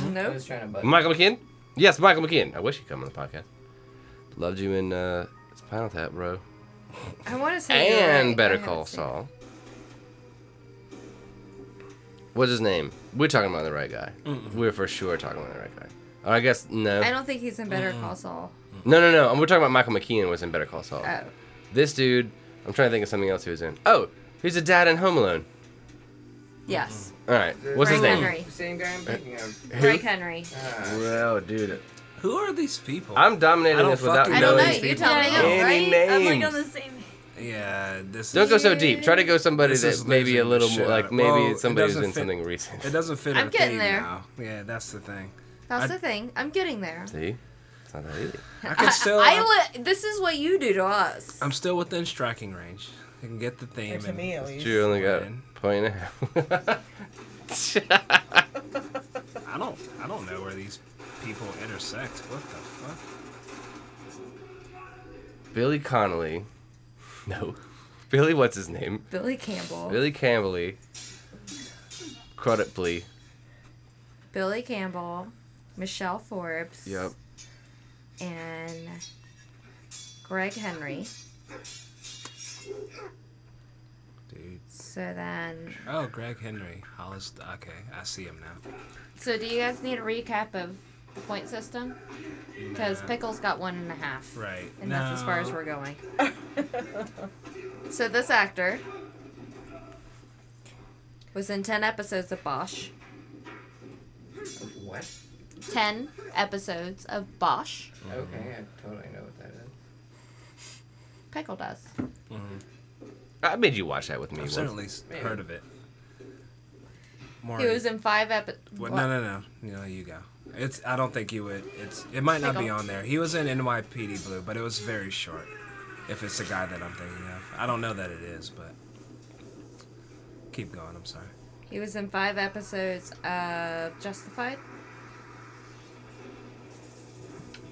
I no. was trying to. Button. uh, Michael McKeon. Yes, Michael McKeon. I wish he'd come on the podcast. Loved you in uh, Spinal Tap, bro. I want to say you're and right. I Better haven't Call seen it. Saul. What's his name? We're talking about the right guy. We're for sure talking about the right guy. Or I guess no. I don't think he's in Better Call Saul. No, no, no. We're talking about Michael McKean was in Better Call Saul. Oh, This dude, I'm trying to think of something else he was in. Oh, he's a dad in Home Alone. yes, All right. Mm-hmm. What's his Frank name? Uh, Henry. The same guy I'm thinking of. Frank Henry. Ah, Well, dude, Who are these people? I'm dominating I don't this without fucking knowing I don't know. these You people. tell me. any right? I'm like names. on the same. Yeah, this. Don't is, go so deep. Try to go somebody This that is maybe a losing little the more shit out like of- maybe well, it somebody who's doing doesn't fit- something recent. It doesn't fit. I'm our getting theme there. Now. Yeah, that's the thing. That's I- the thing. I'm getting there. See, it's not that easy. [LAUGHS] I can still. I, I, li- this is what you do to us. am still within striking range. I can get the theme. Or to and- me, at least. You only got a point and a half. I don't. I don't know where these people intersect. What the fuck? [LAUGHS] Billy Connolly. No. Billy, what's his name? Billy Campbell. Billy Billy, Campbell. Credibly. Campbell. Michelle Forbes. Yep. And Greg Henry. Dude. So then. Oh, Greg Henry. Hollis. Okay, I see him now. So do you guys need a recap of the point system? Because Nah. Pickles got one and a half. Right. And that's as far as No. we're going. so this actor was in 10 episodes of Bosch. What? Mm-hmm. 10 episodes of Bosch. Okay, I totally know what that is. Pickle does. I made you watch that with me. I've once. certainly s- Maybe. heard of it. More. He was in five episodes. What? No, no, no. No, you go. It's. I don't think you would. It's. It might not be Pickle. on there. He was in NYPD Blue, but it was very short. If it's the guy that I'm thinking of, I don't know that it is, but keep going. I'm sorry. He was in five episodes of Justified.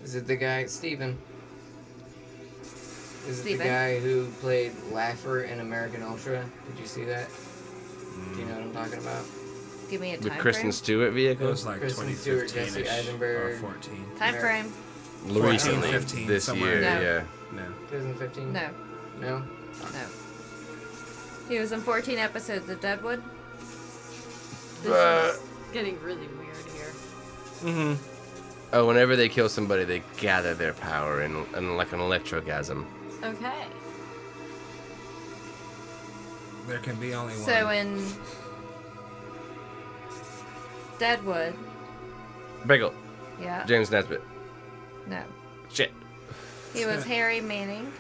Is it the guy Steven? Is it Steven. the guy who played Laffer in American Ultra? Did you see that? Do you know what I'm talking about? Give me a The time Kristen frame. Stewart It vehicle was like Kristen Stewart, 2015 Jesse ish or Eisenberg. 14. Time Mer- frame. recently 15, this somewhere. year. No. Yeah. No. 2015? No, No? no. He was in 14 episodes of Deadwood. This Uh, is getting really weird here. Mm-hmm. Oh, whenever they kill somebody, they gather their power in, in like an electrogasm. Okay. There can be only one. So in Deadwood, Bagel. yeah, James Nesbitt. no, Shit. he [LAUGHS] was Harry Manning.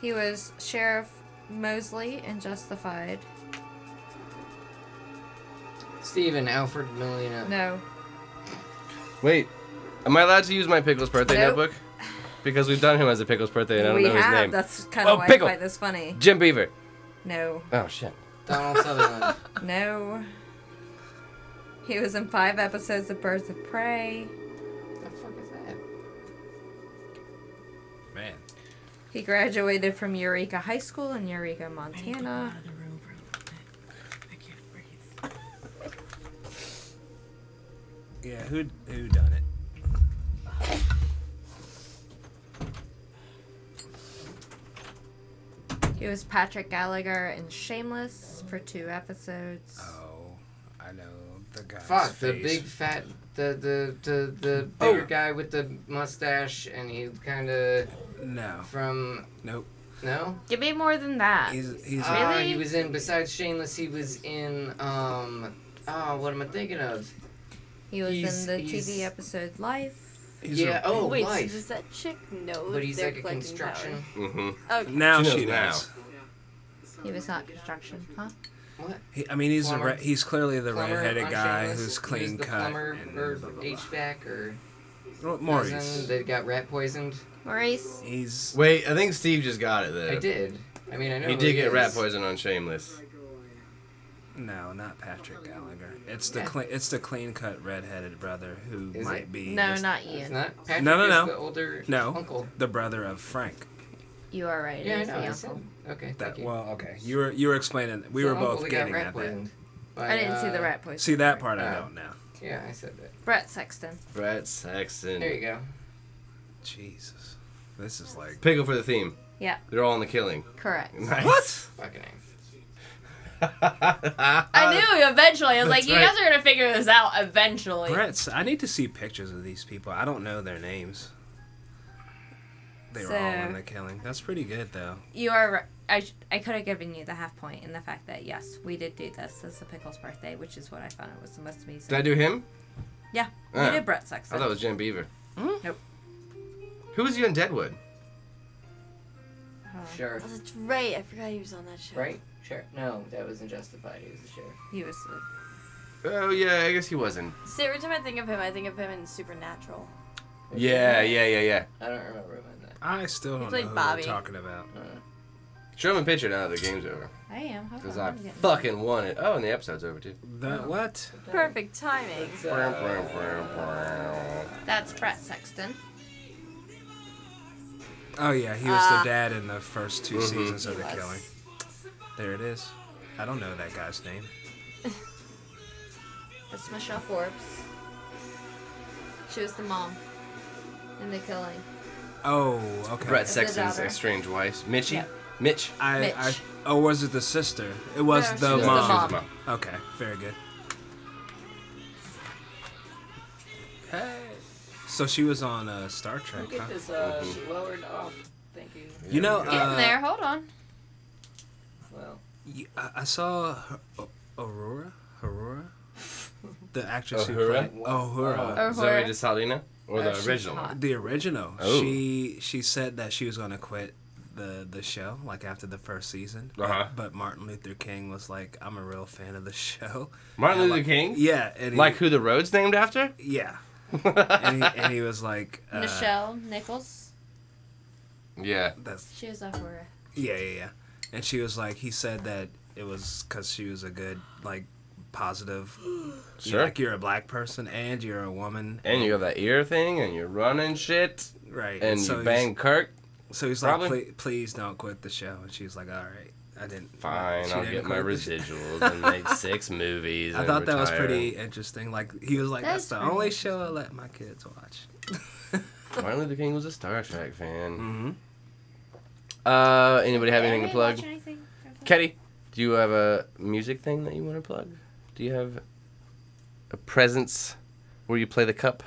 He was Sheriff Mosley in Justified. Steven Alfred Molina. No, Wait. Am I allowed to use my Pickles birthday Nope. notebook? Because we've done him as a Pickles birthday and I don't we know his have. name. That's kind of Oh, why pickle. I find this funny. Jim Beaver. No, Oh, shit. Donald [LAUGHS] Sutherland. no. He was in five episodes of Birds of Prey. the fuck is that? Man. He graduated from Eureka High School in Eureka, Montana. Yeah, who who done it? He was Patrick Gallagher in Shameless for two episodes. Oh, I know the guy. Fuck, the big fat, the, the, the, the Oh. bigger guy with the mustache, and he kind of No. from, Nope. no? Give me more than that. He's he's Uh, Really? he was in, besides Shameless, he was in, um, oh, what am I thinking of? He was he's- in the he's- TV episode Life. he's yeah, a- oh, Wait, Life. so does that chick know? but that he's they're like a collecting construction. Mm-hmm. Power? Okay. now She she knows now. knows. He was not construction, huh? What? He, I mean, he's a Plumber. re- he's clearly the plumber redheaded on guy Shameless? who's He was clean the cut. plumber and or blah, blah, blah. HVAC or Well, cousin Maurice. that got rat poisoned. Maurice. He's Wait, I think Steve just got it there. I did. I mean, I know He who did get is. rat poison on Shameless. no, not Patrick Gallagher. It's the Yeah. clean it's the clean cut redheaded brother who Is might it? be No, just not It's Ian. not Patrick. No, no, is no. The older no uncle. the brother of Frank. You are right. it Yeah, I is know. the I uncle. said- Okay, That thank you. well, okay. You were you were explaining. We The were uncle both that getting got rat at that. poisoned. by, I didn't see uh, the rat poison. See that part I Uh, don't know. Yeah, I said that. Brett Sexton. Brad Saxon. There you go. Jesus, this is like Pickle for the theme. Yeah. They're all in the killing. [LAUGHS] Correct. Nice. Fucking name. I knew eventually. I was like, That's you right. guys are gonna figure this out eventually. Brett's. I need to see pictures of these people. I don't know their names. They were all in So- the killing. That's pretty good though. You are. Right. I, sh- I could have given you the half point in the fact that yes, we did do this. This is a pickle's birthday, which is what I found it was the most amazing. Did I do him? Yeah, Ah. you did Brett I Sexton. Hmm? thought it was Jim Beaver. Nope. Who was you in Deadwood? Sure. Oh, that's right. I forgot he was on that show. Right? Sure. No, that wasn't justified. He was a sheriff. He was. Oh yeah, I guess he wasn't. See, every time I think of him, I think of him in Supernatural. Yeah, yeah, yeah, yeah. I don't remember him in that. I still don't like know Bobby. who we're talking about. Show him a picture now that the game's over. I am. How Because come I I'm getting- fucking want it. Oh, and the episode's over too. That what? Perfect timing. That's Brett Sexton. Oh yeah, he was Uh, the dad in the first 2 Mhm. seasons of He The was. Killing. There it is. I don't know that guy's name. That's Michelle Forbes. She was the mom in the killing. Oh, okay. Brett the Sexton's daughter. estranged wife, Mitchie. Yeah. Mitch. I, Mitch. I oh, was it the sister? It was No, she the was the mom. mom. She was Okay, very good. Hey. So she was on uh, Star Trek, Look huh? at this uh, lowered off. Thank you. You know, Yeah. Getting uh, there. Hold on. Well, y- I, I saw her- O- Aurora, Aurora, [LAUGHS] the actress Uhura? who played Aurora. Or Zoe where- DeSalina, Uh, or Oh, the she's original hot. one. The original. Oh. She she said that she was gonna quit the the show like after the first season. Uh-huh. But Martin Luther King was like, I'm a real fan of the [LAUGHS] show. Martin And Luther like- King. Yeah. And he, Like who the road's named after? [LAUGHS] Yeah. and, he, and he was like. Uh, Michelle Nichols. Yeah. That's She was a horror. yeah yeah yeah. And she was like, he said that it was because she was a good like positive. Sure. Like you're a black person and you're a woman. And you got that ear thing, and you're running shit, Right. and you he's- bang Kirk. So he's Probably. like, "Ple- please don't quit the show. And she's like, all right, I didn't. Fine, she I'll didn't get my quit the show. residuals and make six movies. [LAUGHS] I and thought that was retire. pretty interesting. Like, he was like, That's that's, the pretty only show I let my kids watch. Martin Luther King was a Star Trek fan. Mm-hmm. Uh, anybody have anything to Anybody plug? watch anything? Katie, do you have a music thing that you want to plug? Do you have a presence where you play the cup?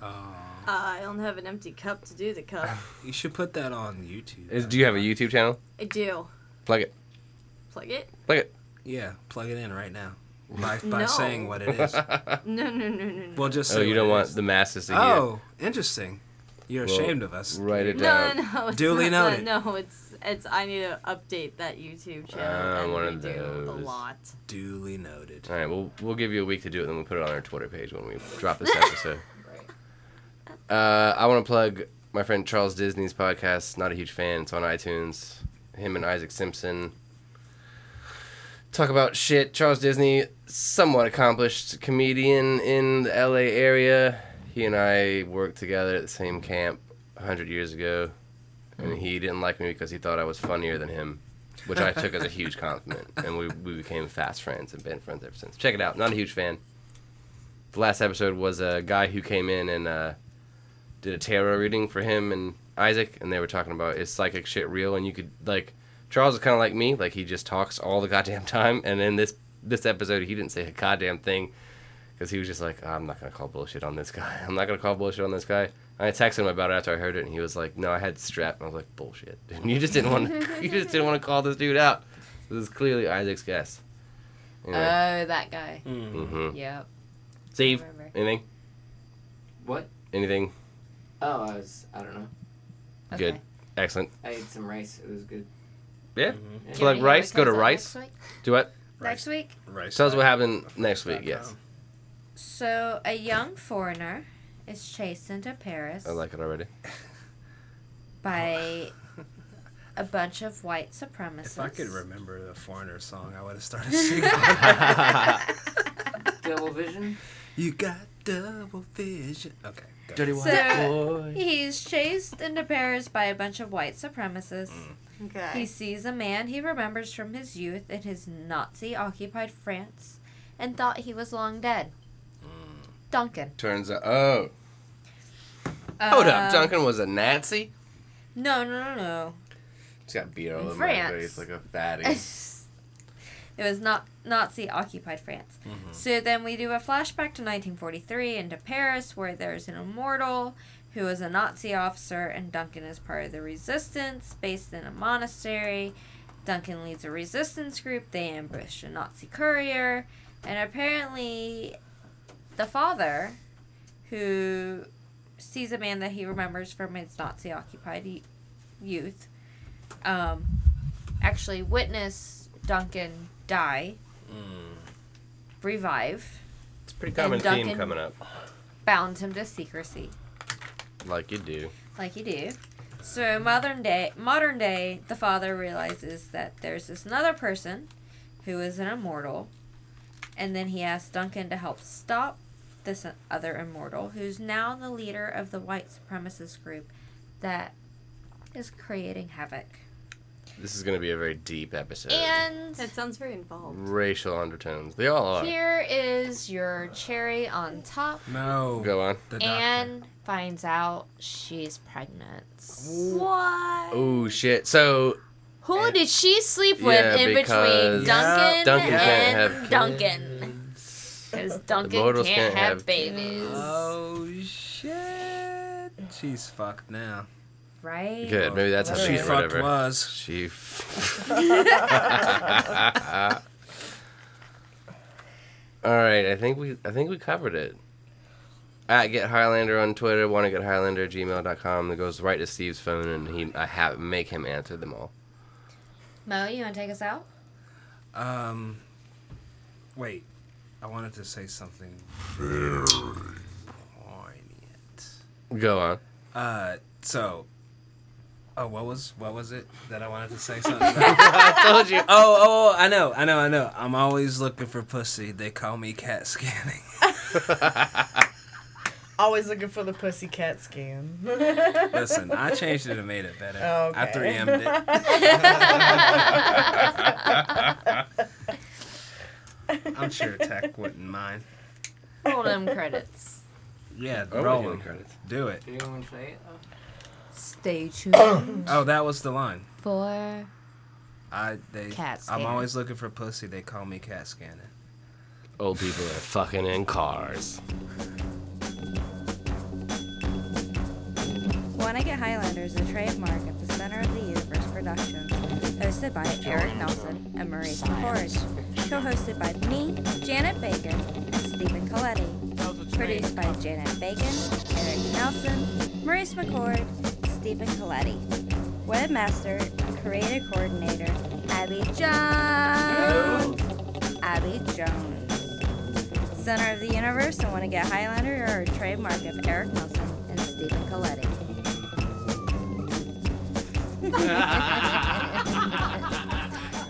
Uh, Uh, I don't have an empty cup to do the cup. [SIGHS] you should put that on YouTube. Is, do you have a YouTube channel? I do. Plug it. Plug it? Plug it. yeah, plug it in right now. By, by No. saying what it is. No, no, no, no, no. Well, just oh, say you what don't it want is. the masses to Oh, interesting. You're Well, ashamed of us. hear. Write it No, down. no, it's Duly not that. noted. No, it's it's. I need to update that YouTube channel. Ah, and one we of do a those. lot. Duly noted. All right, we'll we'll give you a week to do it, then we'll put it on our Twitter page when we drop this episode. right. Uh, I want to plug my friend Charles Disney's podcast. Not a huge fan. It's on iTunes. Him and Isaac Simpson talk about shit. Charles Disney, somewhat accomplished comedian in the LA area. He and I worked together at the same camp 100 years ago, and he didn't like me because he thought I was funnier than him, which I took as a huge compliment. And we, we became fast friends and been friends ever since. Check it out. Not a huge fan. The last episode was a guy who came in and uh, did a tarot reading for him and Isaac, and they were talking about is psychic shit real? And you could like Charles is kind of like me, like he just talks all the goddamn [LAUGHS] time. And in this this episode, he didn't say a goddamn thing because he was just like, I'm not gonna call bullshit on this guy. [LAUGHS] I'm not gonna call bullshit on this guy. And I texted him about it after I heard it, and he was like, No, I had strep. And I was like, Bullshit. [LAUGHS] And you just didn't want to, [LAUGHS] you just didn't want to call this dude out. This is clearly Isaac's guess. Oh, Anyway, that guy. hmm Yep. Steve, remember. anything? What? Anything? Oh, I was. I don't know. Good. Excellent. I ate some rice. It was good. Yeah. Yeah. Plug Yeah, rice. it Go to comes out rice. Next week. Do what? Next week? Right. So that's what happened next week. Yes, So a young foreigner is chased into Paris I like it already. by [LAUGHS] a bunch of white supremacists. If I could remember the Foreigner song, I would [LAUGHS] have started singing. Double vision. you got double vision. Okay. go. So he's chased into Paris by a bunch of white supremacists. Okay. He sees a man he remembers from his youth in his Nazi occupied France and thought he was long dead. Duncan. Turns out, oh, hold Um, up, Duncan was a Nazi. No, no, no, He's got beer all in over France. my face like a fatty. [LAUGHS] no. it was not Nazi occupied France. So then we do a flashback to 1943 into Paris, where there's an immortal who is a Nazi officer, and Duncan is part of the resistance based in a monastery. Duncan leads a resistance group. They ambush a Nazi courier, and apparently, the father, who sees a man that he remembers from his Nazi occupied y- youth um, actually witness Duncan die, revive, It's a pretty And common theme Duncan- coming up, bound him to secrecy. like you do. like you do. So modern day, modern day, the father realizes that there's this another person who is an immortal, and then he asks Duncan to help stop this other immortal, who's now the leader of the white supremacist group that is creating havoc. This is going to be a very deep episode. And That sounds very involved. Racial undertones. They all are. here is your cherry on top. No. Go on. The Anne finds out she's pregnant. What? Oh shit. So Who did she sleep with Yeah, in because- between Duncan, Duncan can't and have Duncan? Because Duncan mortals can't can't, have, have babies. Oh shit. She's fucked now. Right? good. Maybe that's how she they get rid fucked of her. was. She. [LAUGHS] f- All right. I think we. I think we covered it. At get Highlander on Twitter. Want to get Highlander at gmail.com. That goes right to Steve's phone, and he. I have make him answer them all. Mo, you want to take us out? Um. Wait, I wanted to say something. Poignant. Go on. Uh. So. Oh, what was what was it that I wanted [LAUGHS] to say something? about? I told you. oh, oh, I know, I know, I know. I'm always looking for pussy. They call me cat scanning. [LAUGHS] Always looking for the pussy cat scan. Listen, I changed it and made it better. Oh, I okay. 3M'd it. I'm sure Tech wouldn't mind. Roll them credits. Yeah, Oh, we're roll doing 'em. credits. Do it. Do you want to play it? though? Stay tuned Oh, that was the line. for I they. Cat I'm scanning. always looking for pussy. They call me cat scanning. Old people are fucking in cars. Wanna Get Highlander is a trademark of the Center of the Universe Productions, hosted by Eric Nelson and Maurice LaForge, co-hosted by me, Janet Bacon, and Stephen Coletti, produced by Janet Bacon, Eric Nelson, Maurice McCord, Stephen Coletti, webmaster, and creative coordinator, Abby Jones. Abby Jones. Center of the Universe and Want to Get Highlander are a trademark of Eric Nelson and Stephen Coletti.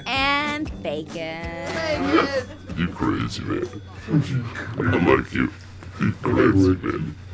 and bacon. You crazy man. I like you. You crazy man.